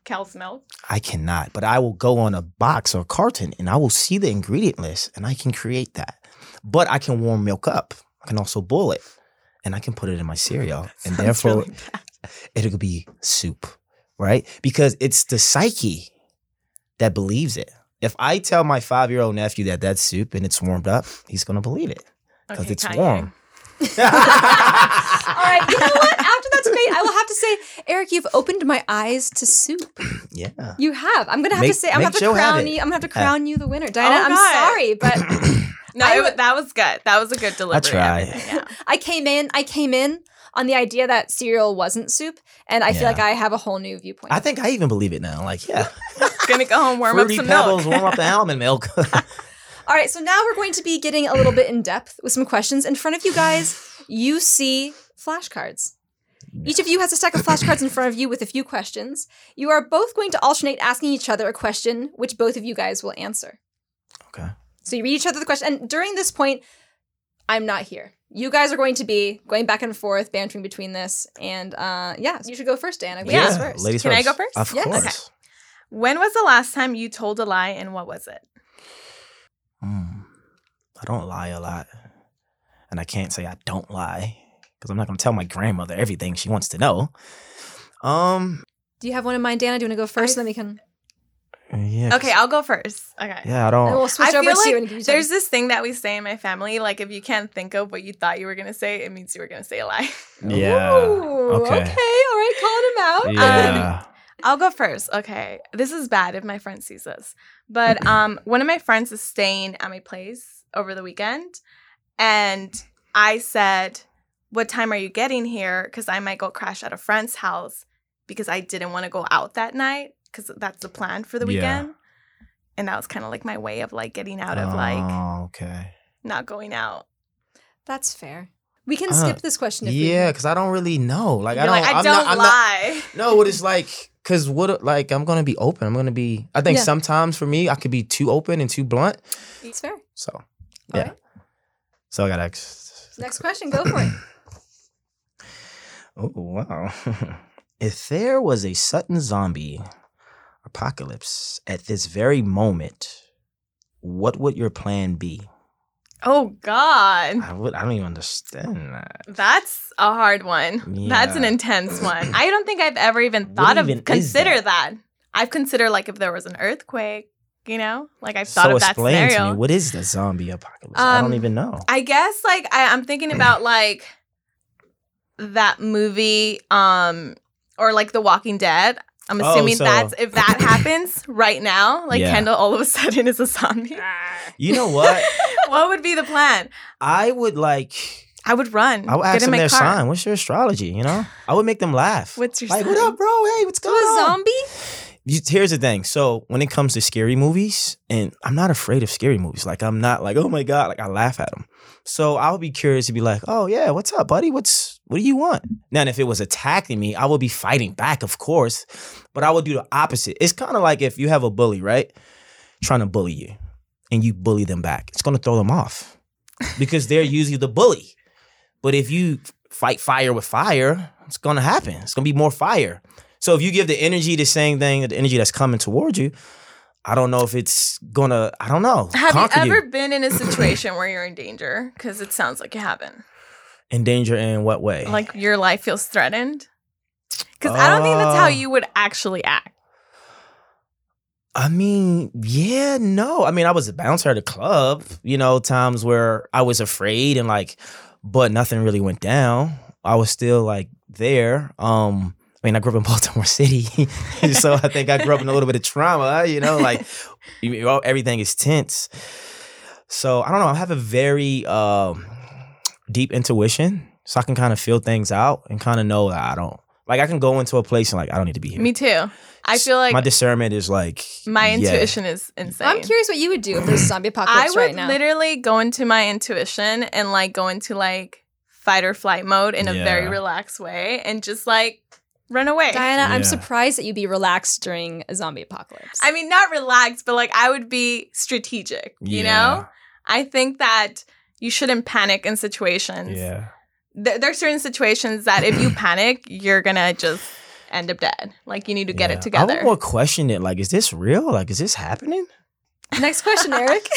Speaker 3: cow's milk?
Speaker 2: I cannot, but I will go on a box or carton and I will see the ingredient list and I can create that. But I can warm milk up. I can also boil it and I can put it in my cereal and
Speaker 3: Sounds
Speaker 2: therefore
Speaker 3: really bad.
Speaker 2: it'll be soup, right? Because it's the psyche that believes it. If I tell my five year old nephew that that's soup and it's warmed up, he's gonna believe it because
Speaker 3: Okay,
Speaker 2: it's
Speaker 3: Kanye. *laughs*
Speaker 2: warm.
Speaker 1: All right. You know what? After that debate, I will have to say, Eric, you've opened my eyes to soup.
Speaker 2: *laughs* yeah.
Speaker 1: You have. I'm gonna have to
Speaker 2: Make-
Speaker 1: say. I'm gonna have
Speaker 2: make
Speaker 1: to
Speaker 2: Joe have
Speaker 1: crown
Speaker 2: it.
Speaker 1: you. I'm gonna have to
Speaker 2: Yeah.
Speaker 1: crown you the winner, Diana.
Speaker 3: Oh,
Speaker 1: I'm
Speaker 3: God.
Speaker 1: sorry,
Speaker 2: *clears throat*
Speaker 3: *clears throat*
Speaker 1: but
Speaker 3: No,
Speaker 1: I
Speaker 3: it, wa-
Speaker 1: would-
Speaker 3: that was good. That was a good delivery.
Speaker 2: tried.
Speaker 3: everything, yeah.
Speaker 1: I came in. I came in on the idea that cereal wasn't soup, and I feel
Speaker 2: Yeah.
Speaker 1: like I have a whole new viewpoint.
Speaker 2: I think I even believe it now. Like, yeah.
Speaker 3: Gonna go home, *laughs* warm
Speaker 2: Fruity
Speaker 3: up some
Speaker 2: pebbles,
Speaker 3: milk.
Speaker 2: warm
Speaker 3: *laughs*
Speaker 2: up the almond milk. *laughs*
Speaker 1: All right, so now we're going to be getting a little bit in depth with some questions. In front of you
Speaker 2: *sighs*
Speaker 1: guys, you see flashcards. Each of you has a stack of flashcards in front of you with a few questions. You are both going to alternate asking each other a question, which both of you guys will answer.
Speaker 2: okay.
Speaker 1: So you read each other the question. And during this point, I'm not here. You guys are going to be going back and forth, bantering between this. And uh, yeah, so you should go first, Diana.
Speaker 3: Yeah.
Speaker 1: Ladies first.
Speaker 2: Ladies
Speaker 3: Can I
Speaker 2: first.
Speaker 3: go first?
Speaker 2: Of
Speaker 1: Yes.
Speaker 2: course.
Speaker 3: Okay. When was the last time you told a lie and what was it?
Speaker 2: Mm. I don't lie a lot. And I can't say I don't lie because I'm not going to tell my grandmother everything she wants to know. Um,
Speaker 1: Do you have one in mind, Diana? Do you want to go first? and then we can.
Speaker 2: yeah.
Speaker 3: Okay, I'll go first. Okay.
Speaker 2: Yeah, I
Speaker 1: And
Speaker 2: don't.
Speaker 1: we'll switch
Speaker 3: I
Speaker 1: over
Speaker 3: feel
Speaker 1: to you.
Speaker 3: like
Speaker 1: And give you
Speaker 3: There's this thing that we say in my family, like if you can't think of what you thought you were gonna say, it means you were gonna say a lie.
Speaker 2: Yeah.
Speaker 1: Ooh, okay.
Speaker 2: Uh, okay.
Speaker 1: All right. Calling him out.
Speaker 2: Yeah.
Speaker 3: I'll go first. Okay. This is bad if my friend sees this.
Speaker 2: *clears throat*
Speaker 3: But um one of my friends is staying at my place over the weekend and I said, "What time are you getting here cuz I might go crash at a friend's house because I didn't want to go out that night cuz that's the plan for the
Speaker 2: Yeah.
Speaker 3: weekend." and that was kind of like my way of like getting out of like
Speaker 2: Oh, okay.
Speaker 3: not going out.
Speaker 1: That's fair. We can
Speaker 2: Uh,
Speaker 1: skip this question if
Speaker 2: Yeah,
Speaker 1: we
Speaker 2: because I don't really know. Like I
Speaker 3: You're
Speaker 2: don't.
Speaker 3: like, I
Speaker 2: I'm
Speaker 3: don't
Speaker 2: not, I'm not-
Speaker 3: lie. *laughs*
Speaker 2: No, what it's like, cause what like I'm gonna be open. I'm gonna be. I think
Speaker 1: Yeah.
Speaker 2: sometimes for me, I could be too open and too blunt.
Speaker 1: It's fair.
Speaker 2: So
Speaker 1: All
Speaker 2: yeah.
Speaker 1: right.
Speaker 2: So I got X.
Speaker 1: Next question, go for it.
Speaker 3: *laughs*
Speaker 2: Oh wow! *laughs* if there was a sudden zombie apocalypse at this very moment, what would your plan be?
Speaker 3: Oh God,
Speaker 2: I would. I don't even understand that.
Speaker 3: that's a hard one. That's an
Speaker 2: Yeah. *clears throat*
Speaker 3: intense one. I don't think I've ever even
Speaker 2: What
Speaker 3: thought of
Speaker 2: even is
Speaker 3: consider
Speaker 2: that?
Speaker 3: that? I've considered like if there was an earthquake, you know, like I've thought
Speaker 2: so
Speaker 3: of that
Speaker 2: explain
Speaker 3: scenario.
Speaker 2: to me what is the zombie apocalypse? I don't
Speaker 3: Um,
Speaker 2: even
Speaker 3: *laughs*
Speaker 2: know.
Speaker 3: I guess like I, I'm
Speaker 2: *clears throat*
Speaker 3: thinking about like that movie, um, or like The Walking Dead. I'm
Speaker 2: Oh,
Speaker 3: assuming
Speaker 2: so-
Speaker 3: that's
Speaker 2: *clears throat*
Speaker 3: if that happens right now, like
Speaker 2: Yeah.
Speaker 3: Kendall all of a sudden is a zombie. *laughs* Ah,
Speaker 2: You know what?
Speaker 3: what would be the plan?
Speaker 2: I would like.
Speaker 3: I would run.
Speaker 2: I would
Speaker 3: get
Speaker 2: ask them
Speaker 3: in my
Speaker 2: their
Speaker 3: car.
Speaker 2: sign. What's your astrology? You know, I would make them laugh.
Speaker 3: What's your
Speaker 2: like,
Speaker 3: sign?
Speaker 2: what up, bro? Hey, what's going
Speaker 1: a
Speaker 2: on?
Speaker 1: zombie?
Speaker 2: You- here's the thing. So when it comes to scary movies, and I'm not afraid of scary movies. Like I'm not like, oh my god, like I laugh at them. So I'll be curious to be like, oh yeah, what's up, buddy? What's what do you want? Now, and if it was attacking me, I would be fighting back, of course, but I would do the opposite. It's kind of like if you have a bully, right, trying to bully you, and you bully them back, it's gonna throw them off because they're usually the bully. But if you fight fire with fire, it's gonna happen. It's gonna be more fire. So if you give the energy the same thing, the energy that's coming towards you, I don't know if it's gonna. I don't know.
Speaker 3: Have
Speaker 2: conquer
Speaker 3: you ever been in a situation where you're in danger? Because it sounds like you haven't.
Speaker 2: in danger in what way?
Speaker 3: Like your life feels threatened. Because I don't think that's how
Speaker 2: Oh.
Speaker 3: you would actually act.
Speaker 2: I mean, yeah, no. I mean, I was a bouncer at a club. You know, times where I was afraid and like, but nothing really went down. I was still like there. Um, I mean, I grew up in *laughs* Baltimore City, so I think I grew up in a little bit of trauma. You know, like *laughs* you- you all, everything is tense. So I don't know. I have a very um, deep intuition, so I can kind of feel things out and kind of know that I don't like. I can go into a place and like I don't need to be here.
Speaker 3: Me too. I feel like
Speaker 2: my
Speaker 3: my,
Speaker 2: discernment is like yeah.
Speaker 3: intuition is insane.
Speaker 1: I'm curious what you would do if there's a zombie
Speaker 3: I
Speaker 1: apocalypse
Speaker 3: would
Speaker 1: right now.
Speaker 3: literally go into my intuition and like go into like fight or flight mode in a very
Speaker 2: Yeah.
Speaker 3: relaxed way and just like run away.
Speaker 1: Diana, I'm
Speaker 2: Yeah.
Speaker 1: surprised that you'd be relaxed during a zombie apocalypse.
Speaker 3: I mean, not relaxed, but like I would be strategic,
Speaker 2: Yeah.
Speaker 3: you know? I think that you shouldn't panic in situations.
Speaker 2: Yeah.
Speaker 3: There, there are certain situations that
Speaker 2: *clears throat*
Speaker 3: if you panic, you're gonna just end up dead. Like you need to get
Speaker 2: Yeah.
Speaker 3: it together.
Speaker 2: I
Speaker 3: *laughs*
Speaker 2: would more question it. Like, is this real? Like, is this happening?
Speaker 1: *laughs* Next
Speaker 3: *laughs*
Speaker 1: question, Eric.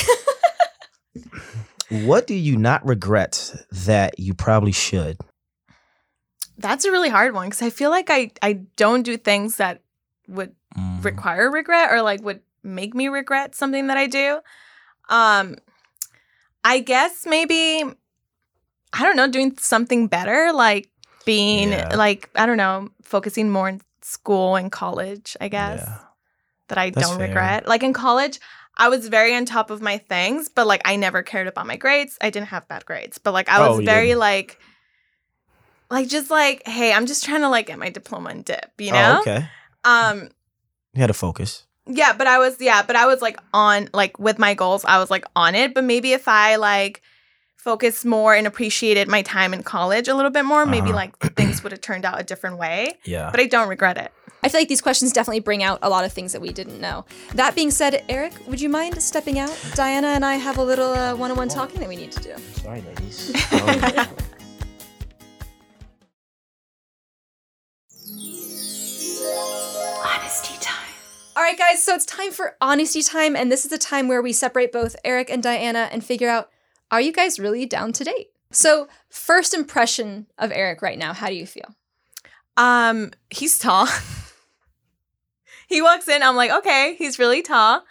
Speaker 2: What do you not regret that you probably should?
Speaker 3: That's a really hard one because I feel like I I don't do things that would
Speaker 2: Mm, Mm-hmm.
Speaker 3: require regret or like would make me regret something that I do. Um I guess maybe I don't know, doing something better, like being
Speaker 2: Yeah.
Speaker 3: like, I don't know, focusing more in school and college, I guess. That I
Speaker 2: That's
Speaker 3: don't
Speaker 2: fair.
Speaker 3: regret. Like in college, I was very on top of my things, but like I never cared about my grades. I didn't have bad grades, but like I
Speaker 2: Oh,
Speaker 3: was
Speaker 2: you
Speaker 3: very
Speaker 2: didn't.
Speaker 3: like like just like, hey, I'm just trying to like get my diploma and dip, you know?
Speaker 2: Oh, okay.
Speaker 3: Um
Speaker 2: You had to focus.
Speaker 3: yeah, but I was yeah, but I was like on like with my goals, I was like on it. But maybe if I like focused more and appreciated my time in college a little bit more, maybe
Speaker 2: Uh-huh.
Speaker 3: like things would have turned out a different way.
Speaker 2: Yeah.
Speaker 3: But I don't regret it.
Speaker 1: I feel like these questions definitely bring out a lot of things that we didn't know. That being said, Eric, would you mind stepping out? Diana and I have a little uh, one-on-one talking that we need to do.
Speaker 2: Sorry,
Speaker 3: *laughs*
Speaker 2: ladies. Um,
Speaker 3: Honesty time.
Speaker 1: All right, guys, so it's time for honesty time, and this is the time where we separate both Eric and Diana and figure out are you guys really down to date? So, first impression of Eric right now, how do you feel?
Speaker 3: Um, he's tall. *laughs* he walks in, I'm like, okay, he's really tall.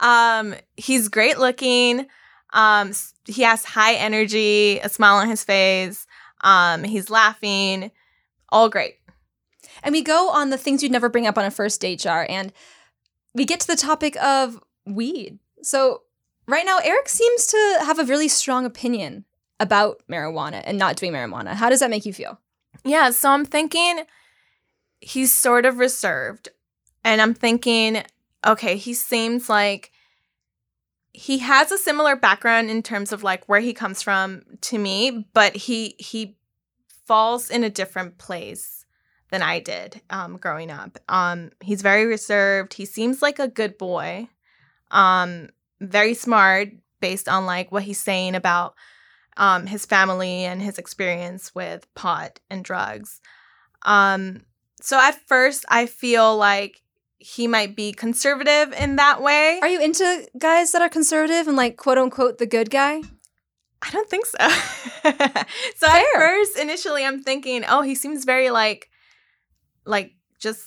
Speaker 3: Um, he's great looking. Um, s- he has high energy, a smile on his face. Um, he's laughing. All great.
Speaker 1: And we go on the things you'd never bring up on a first date jar, and we get to the topic of weed. So, right now, Eric seems to have a really strong opinion about marijuana and not doing marijuana. How does that make you feel?
Speaker 3: Yeah, so I'm thinking he's sort of reserved. And I'm thinking, okay, he seems like he has a similar background in terms of like where he comes from to me, but he he falls in a different place than I did um, growing up. Um, he's very reserved. He seems like a good boy, um, very smart based on like what he's saying about um, his family and his experience with pot and drugs. Um, so at first, I feel like he might be conservative in that way.
Speaker 1: Are you into guys that are conservative and like quote unquote the good guy?
Speaker 3: I don't think so. *laughs* so at
Speaker 1: Fair.
Speaker 3: first, initially, I'm thinking, oh, he seems very like, like just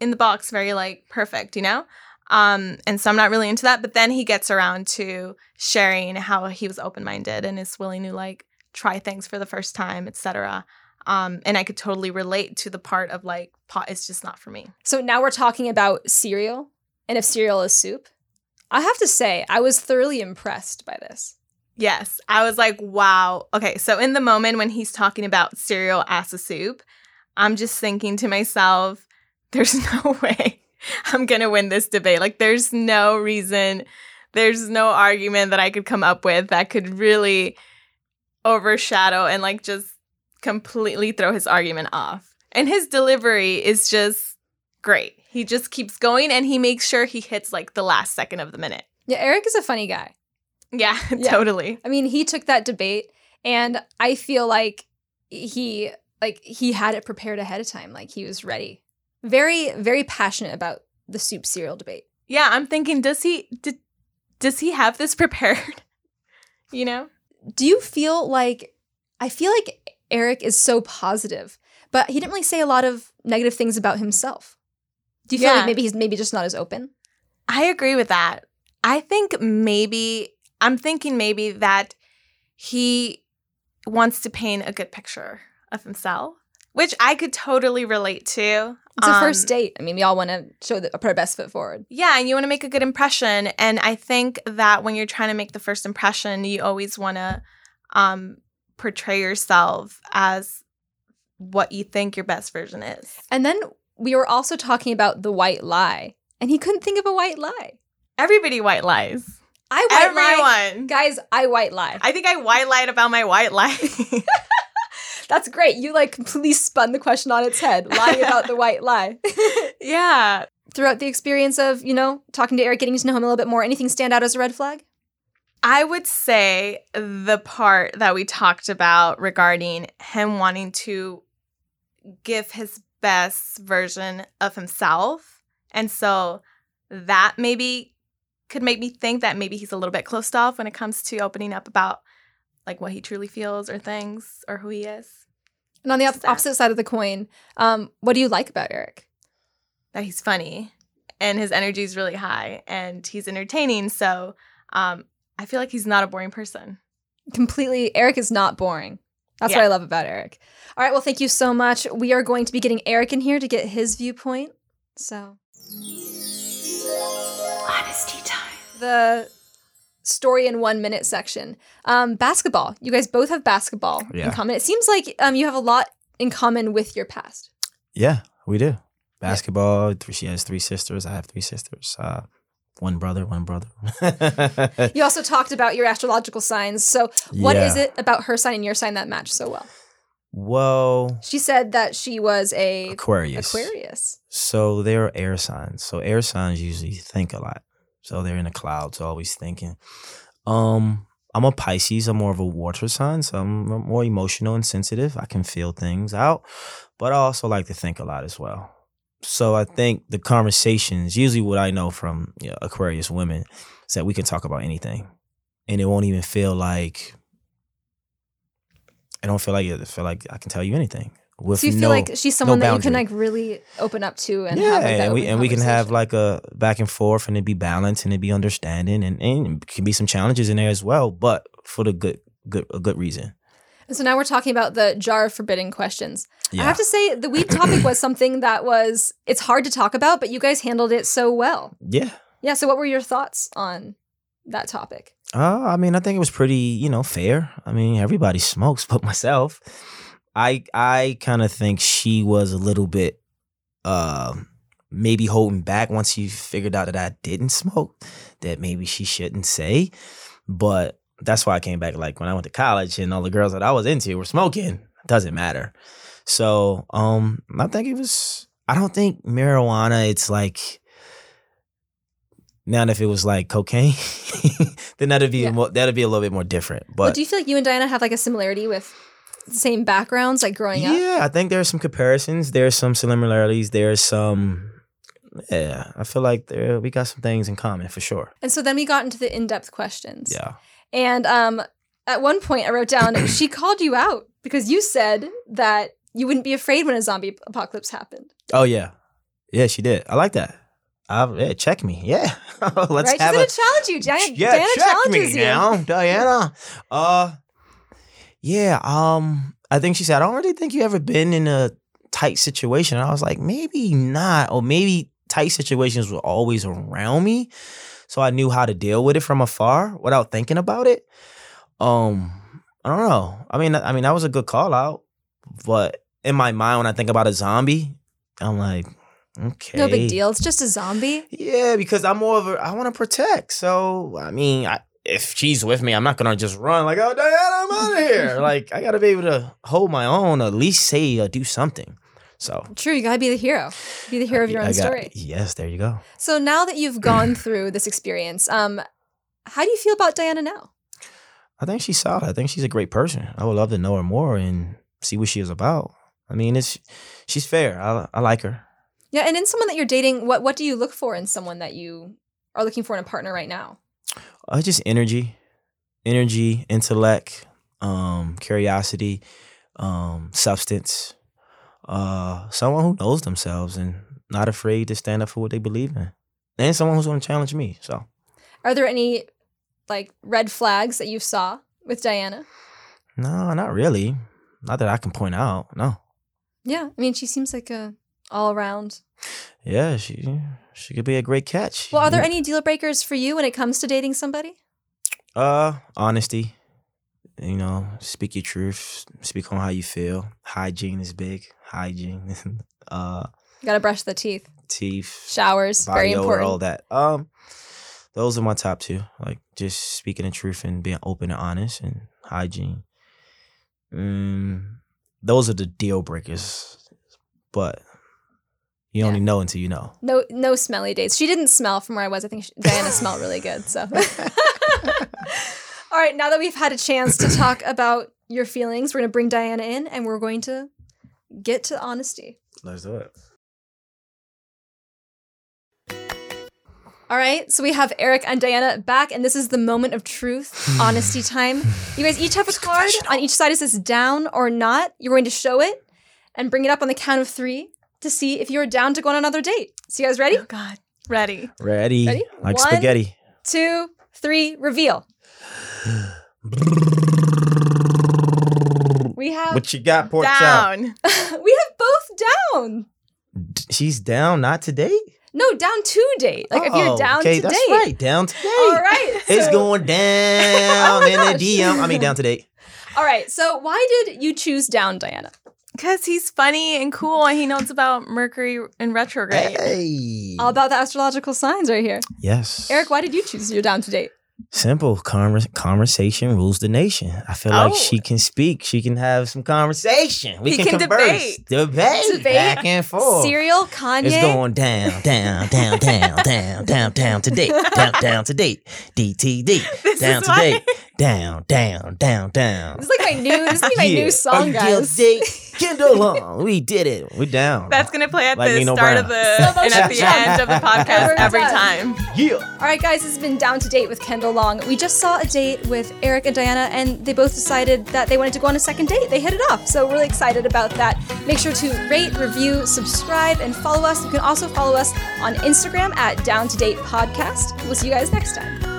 Speaker 3: in the box, very like perfect, you know. Um, and so I'm not really into that. But then he gets around to sharing how he was open minded and is willing to like try things for the first time, etc. Um, and I could totally relate to the part of like pot is just not for me.
Speaker 1: So now we're talking about cereal and if cereal is soup. I have to say, I was thoroughly impressed by this.
Speaker 3: Yes. I was like, wow. Okay. So, in the moment when he's talking about cereal as a soup, I'm just thinking to myself, there's *laughs* no way I'm going to win this debate. Like, there's no reason, there's no argument that I could come up with that could really overshadow and like just completely throw his argument off. And his delivery is just great. He just keeps going and he makes sure he hits like the last second of the minute.
Speaker 1: Yeah, Eric is a funny guy.
Speaker 3: Yeah, *laughs*
Speaker 1: Yeah.
Speaker 3: totally.
Speaker 1: I mean, he took that debate, and I feel like he like he had it prepared ahead of time. Like he was ready. Very, very passionate about the soup cereal debate.
Speaker 3: Yeah, I'm thinking, does he did, does he have this *laughs* prepared? you know?
Speaker 1: Do you feel like I feel like Eric is so positive, but he didn't really say a lot of negative things about himself. Do you feel
Speaker 3: Yeah.
Speaker 1: like maybe he's maybe just not as open?
Speaker 3: I agree with that. I think maybe I'm thinking maybe that he wants to paint a good picture of himself, which I could totally relate to.
Speaker 1: It's a
Speaker 3: Um,
Speaker 1: first date. I mean, we all want to show the, put our best foot forward.
Speaker 3: Yeah, and you want to make a good impression. And I think that when you're trying to make the first impression, you always want to um, portray yourself as what you think your best version is.
Speaker 1: And then we were also talking about the white lie, and he couldn't think of a white lie.
Speaker 3: Everybody white lies.
Speaker 1: I white lie,
Speaker 3: Everyone.
Speaker 1: guys. I white lie.
Speaker 3: I think I white lied about my white lie.
Speaker 1: That's great. You like completely spun the question on its
Speaker 3: *laughs*
Speaker 1: head, lying about the white lie. *laughs*
Speaker 3: yeah.
Speaker 1: Throughout the experience of, you know, talking to Eric, getting to know him a little bit more, anything stand out as a red flag?
Speaker 3: I would say the part that we talked about regarding him wanting to give his best version of himself. And so that maybe could make me think that maybe he's a little bit closed off when it comes to opening up about like what he truly feels or things or who he is.
Speaker 1: And on the op-
Speaker 3: Sad.
Speaker 1: opposite side of the coin, um, what do you like about Eric?
Speaker 3: that he's funny and his energy is really high and he's entertaining. So um, I feel like he's not a boring person.
Speaker 1: Completely, Eric is not boring. That's what
Speaker 3: Yeah.
Speaker 1: I love about Eric. All right, well, thank you so much. We are going to be getting Eric in here to get his viewpoint. So,
Speaker 3: Honesty time.
Speaker 1: the story in one minute section. Um, basketball. You guys both have basketball in
Speaker 2: Yeah.
Speaker 1: common. It seems like um, you have a lot in common with your past.
Speaker 2: Yeah, we
Speaker 3: *laughs*
Speaker 2: do. Basketball. Three, she has three sisters. I have three sisters. Uh, one brother, one brother. *laughs*
Speaker 1: You also talked about your astrological signs. So, what is
Speaker 2: Yeah.
Speaker 1: it about her sign and your sign that match so well?
Speaker 2: Well,
Speaker 1: She said that she was a
Speaker 2: Aquarius.
Speaker 1: Aquarius.
Speaker 2: So they're air signs. So air signs usually think a lot. So they're in the clouds, always thinking. Um, I'm a Pisces. I'm more of a water sign, so I'm more emotional and sensitive. I can feel things out, but I also like to think a lot as well. So I think the conversations, usually what I know from you know, Aquarius women, is that we can talk about anything, and it won't even feel like. I don't feel like it. I feel like I can tell you anything. With
Speaker 1: so you feel
Speaker 2: no,
Speaker 1: like she's someone that you can
Speaker 2: boundary.
Speaker 1: like really open up to and
Speaker 2: yeah,
Speaker 1: have like, that
Speaker 2: and we
Speaker 1: open
Speaker 2: and we can have
Speaker 1: conversation.
Speaker 2: like a back and forth, and it be balanced, and it be understanding, and and it can be some challenges in there as well, but for the good good a good reason.
Speaker 1: And so now we're talking about the jar of forbidden questions. I
Speaker 2: Yeah,
Speaker 1: have to say the weed topic was something that was it's hard to talk about, but you guys handled it so well.
Speaker 2: yeah.
Speaker 1: Yeah. So, what were your thoughts on that topic?
Speaker 2: Uh, I mean, I think it was pretty, you know, fair. I mean, everybody *laughs* smokes, but myself. I I kind of think she was a little bit uh, maybe holding back once she figured out that I didn't smoke, that maybe she shouldn't say. But that's why I came back. Like when I went to college and all the girls that I was into were smoking, doesn't matter. So um, I think it was. I don't think marijuana. It's like now if it was like cocaine, *laughs* then that'd be
Speaker 1: Yeah.
Speaker 2: more, that'd be a little bit more different. But
Speaker 1: Well, do you feel like you and Diana have like a similarity with same backgrounds, like growing up?
Speaker 2: Yeah, I think there's some comparisons. There's some similarities. There's some. Yeah, I feel like there we got some things in common for sure.
Speaker 1: And so then we got into the in depth questions.
Speaker 2: Yeah.
Speaker 1: And um, at one point, I wrote down, *clears throat* she called you out because you said that you wouldn't be afraid when a zombie apocalypse happened.
Speaker 2: Oh yeah, yeah. She did. I like that. I, yeah, check me. Yeah. *laughs* Let's
Speaker 1: right? She's
Speaker 2: have
Speaker 1: going
Speaker 2: a
Speaker 1: to challenge you. Diana,
Speaker 2: yeah.
Speaker 1: Diana
Speaker 2: check me
Speaker 1: challenges you.
Speaker 2: now, Diana. Uh, yeah. Um, I think she said I don't really think you ever been in a tight situation. And I was like, maybe not, or maybe tight situations were always around me, so I knew how to deal with it from afar without thinking about it. Um, I don't know. I mean, I mean that was a good call out, but in my mind when I think about a zombie, I'm like, okay,
Speaker 1: No big deal. It's just a zombie.
Speaker 2: yeah, because I'm more of a I want to protect. So I mean, I, if she's with me, I'm not gonna just run like, oh Diana,
Speaker 1: *laughs*
Speaker 2: I'm out of here. like I gotta be able to hold my own, at least say or do something. So
Speaker 1: True, you gotta be the hero. Be the hero of your
Speaker 2: I
Speaker 1: own
Speaker 2: got-
Speaker 1: story.
Speaker 2: Yes, there you go.
Speaker 1: So now that you've
Speaker 2: *clears throat*
Speaker 1: gone through this experience, um, how do you feel about Diana now?
Speaker 2: I think she's solid. I think she's a great person. I would love to know her more and see what she is about. I mean, it's she's fair. I I like her.
Speaker 1: Yeah, and in someone that you're dating, what what do you look for in someone that you are looking for in a partner right now?
Speaker 2: Uh, just energy, energy, intellect, um, curiosity, um, substance. Uh, someone who knows themselves and not afraid to stand up for what they believe in, and someone who's going to challenge me. So,
Speaker 1: Are there any like red flags that you saw with Diana?
Speaker 2: no, not really. Not that I can point out. No.
Speaker 1: Yeah, I mean, she seems like a all around.
Speaker 2: Yeah, she she could be a great catch.
Speaker 1: Well, are there any deal breakers for you when it comes to dating somebody?
Speaker 2: Uh, honesty. You know, speak your truth. Speak on how you feel. Hygiene is big. Hygiene. *laughs* uh,
Speaker 1: You gotta brush the teeth,
Speaker 2: teeth.
Speaker 1: showers, very
Speaker 2: body odor,
Speaker 1: important.
Speaker 2: all that. Um, those are my top two. Like just speaking the truth and being open and honest and hygiene. Mm, those are the deal breakers. But you only know until you know.
Speaker 1: No, no smelly dates. She didn't smell from where I was. I think she, Diana smelled really good. So, all right. Now that we've had a chance to talk about your feelings, we're going to bring Diana in, and we're going to get to honesty.
Speaker 2: Let's do it.
Speaker 1: All right. So we have Eric and Diana back, and this is the moment of truth, honesty time. You guys each have a card. On each side it says down or not. You're going to show it and bring it up on the count of three to see if you're down to go on another date. So you guys ready?
Speaker 3: Oh God, ready?
Speaker 2: Ready?
Speaker 1: Ready?
Speaker 2: Like
Speaker 1: One.
Speaker 2: spaghetti.
Speaker 1: Two, three.
Speaker 2: *gasps*
Speaker 1: Reveal. We have
Speaker 2: What you got, pork chop?
Speaker 3: Down.
Speaker 1: *laughs* we have both down.
Speaker 2: D- She's down, not today.
Speaker 1: No, down to date. Like if you're
Speaker 2: Oh,
Speaker 1: down
Speaker 2: okay,
Speaker 1: to
Speaker 2: that's
Speaker 1: date.
Speaker 2: right, down today.
Speaker 1: All right.
Speaker 2: *laughs* It's
Speaker 1: so-
Speaker 2: going down in
Speaker 1: *laughs* gosh.
Speaker 2: the DM. I mean, down today.
Speaker 1: All right. So why did you choose down, Diana?
Speaker 3: Because he's funny and cool and he knows about Mercury in retrograde.
Speaker 2: Hey.
Speaker 1: All about the astrological signs right here.
Speaker 2: Yes.
Speaker 1: Eric, why did you choose your down to date?
Speaker 2: Simple conver- conversation rules the nation. I feel like
Speaker 3: Oh.
Speaker 2: she can speak. She can have some conversation. We
Speaker 3: We
Speaker 2: can,
Speaker 3: can
Speaker 2: converse, debate.
Speaker 1: Debate.
Speaker 2: back and forth.
Speaker 1: Serial Kanye.
Speaker 2: Oh, It's going down, down, down, down, down, down, down to date, down, down to date, DTD,
Speaker 3: This
Speaker 2: down
Speaker 3: is
Speaker 2: to
Speaker 3: why-
Speaker 2: date, down, down, down, down.
Speaker 1: This is like my new. This is like my
Speaker 2: *laughs* Yeah.
Speaker 1: new song,
Speaker 2: Until
Speaker 1: guys.
Speaker 2: day, Kindle on. We did it. We're down.
Speaker 3: That's gonna play at
Speaker 2: Like
Speaker 3: the
Speaker 2: Nino
Speaker 3: start
Speaker 2: Brown.
Speaker 3: of the and at the
Speaker 1: Slow motion.
Speaker 3: end of the podcast
Speaker 1: Every
Speaker 3: every
Speaker 1: time.
Speaker 3: time.
Speaker 2: yeah.
Speaker 1: All right, guys. This has been down to date with Kendall Long. We just saw a date with Eric and Diana, and they both decided that they wanted to go on a second date. They hit it off, so really excited about that. Make sure to rate, review, subscribe, and follow us. You can also follow us on Instagram at down to date podcast. We'll see you guys next time.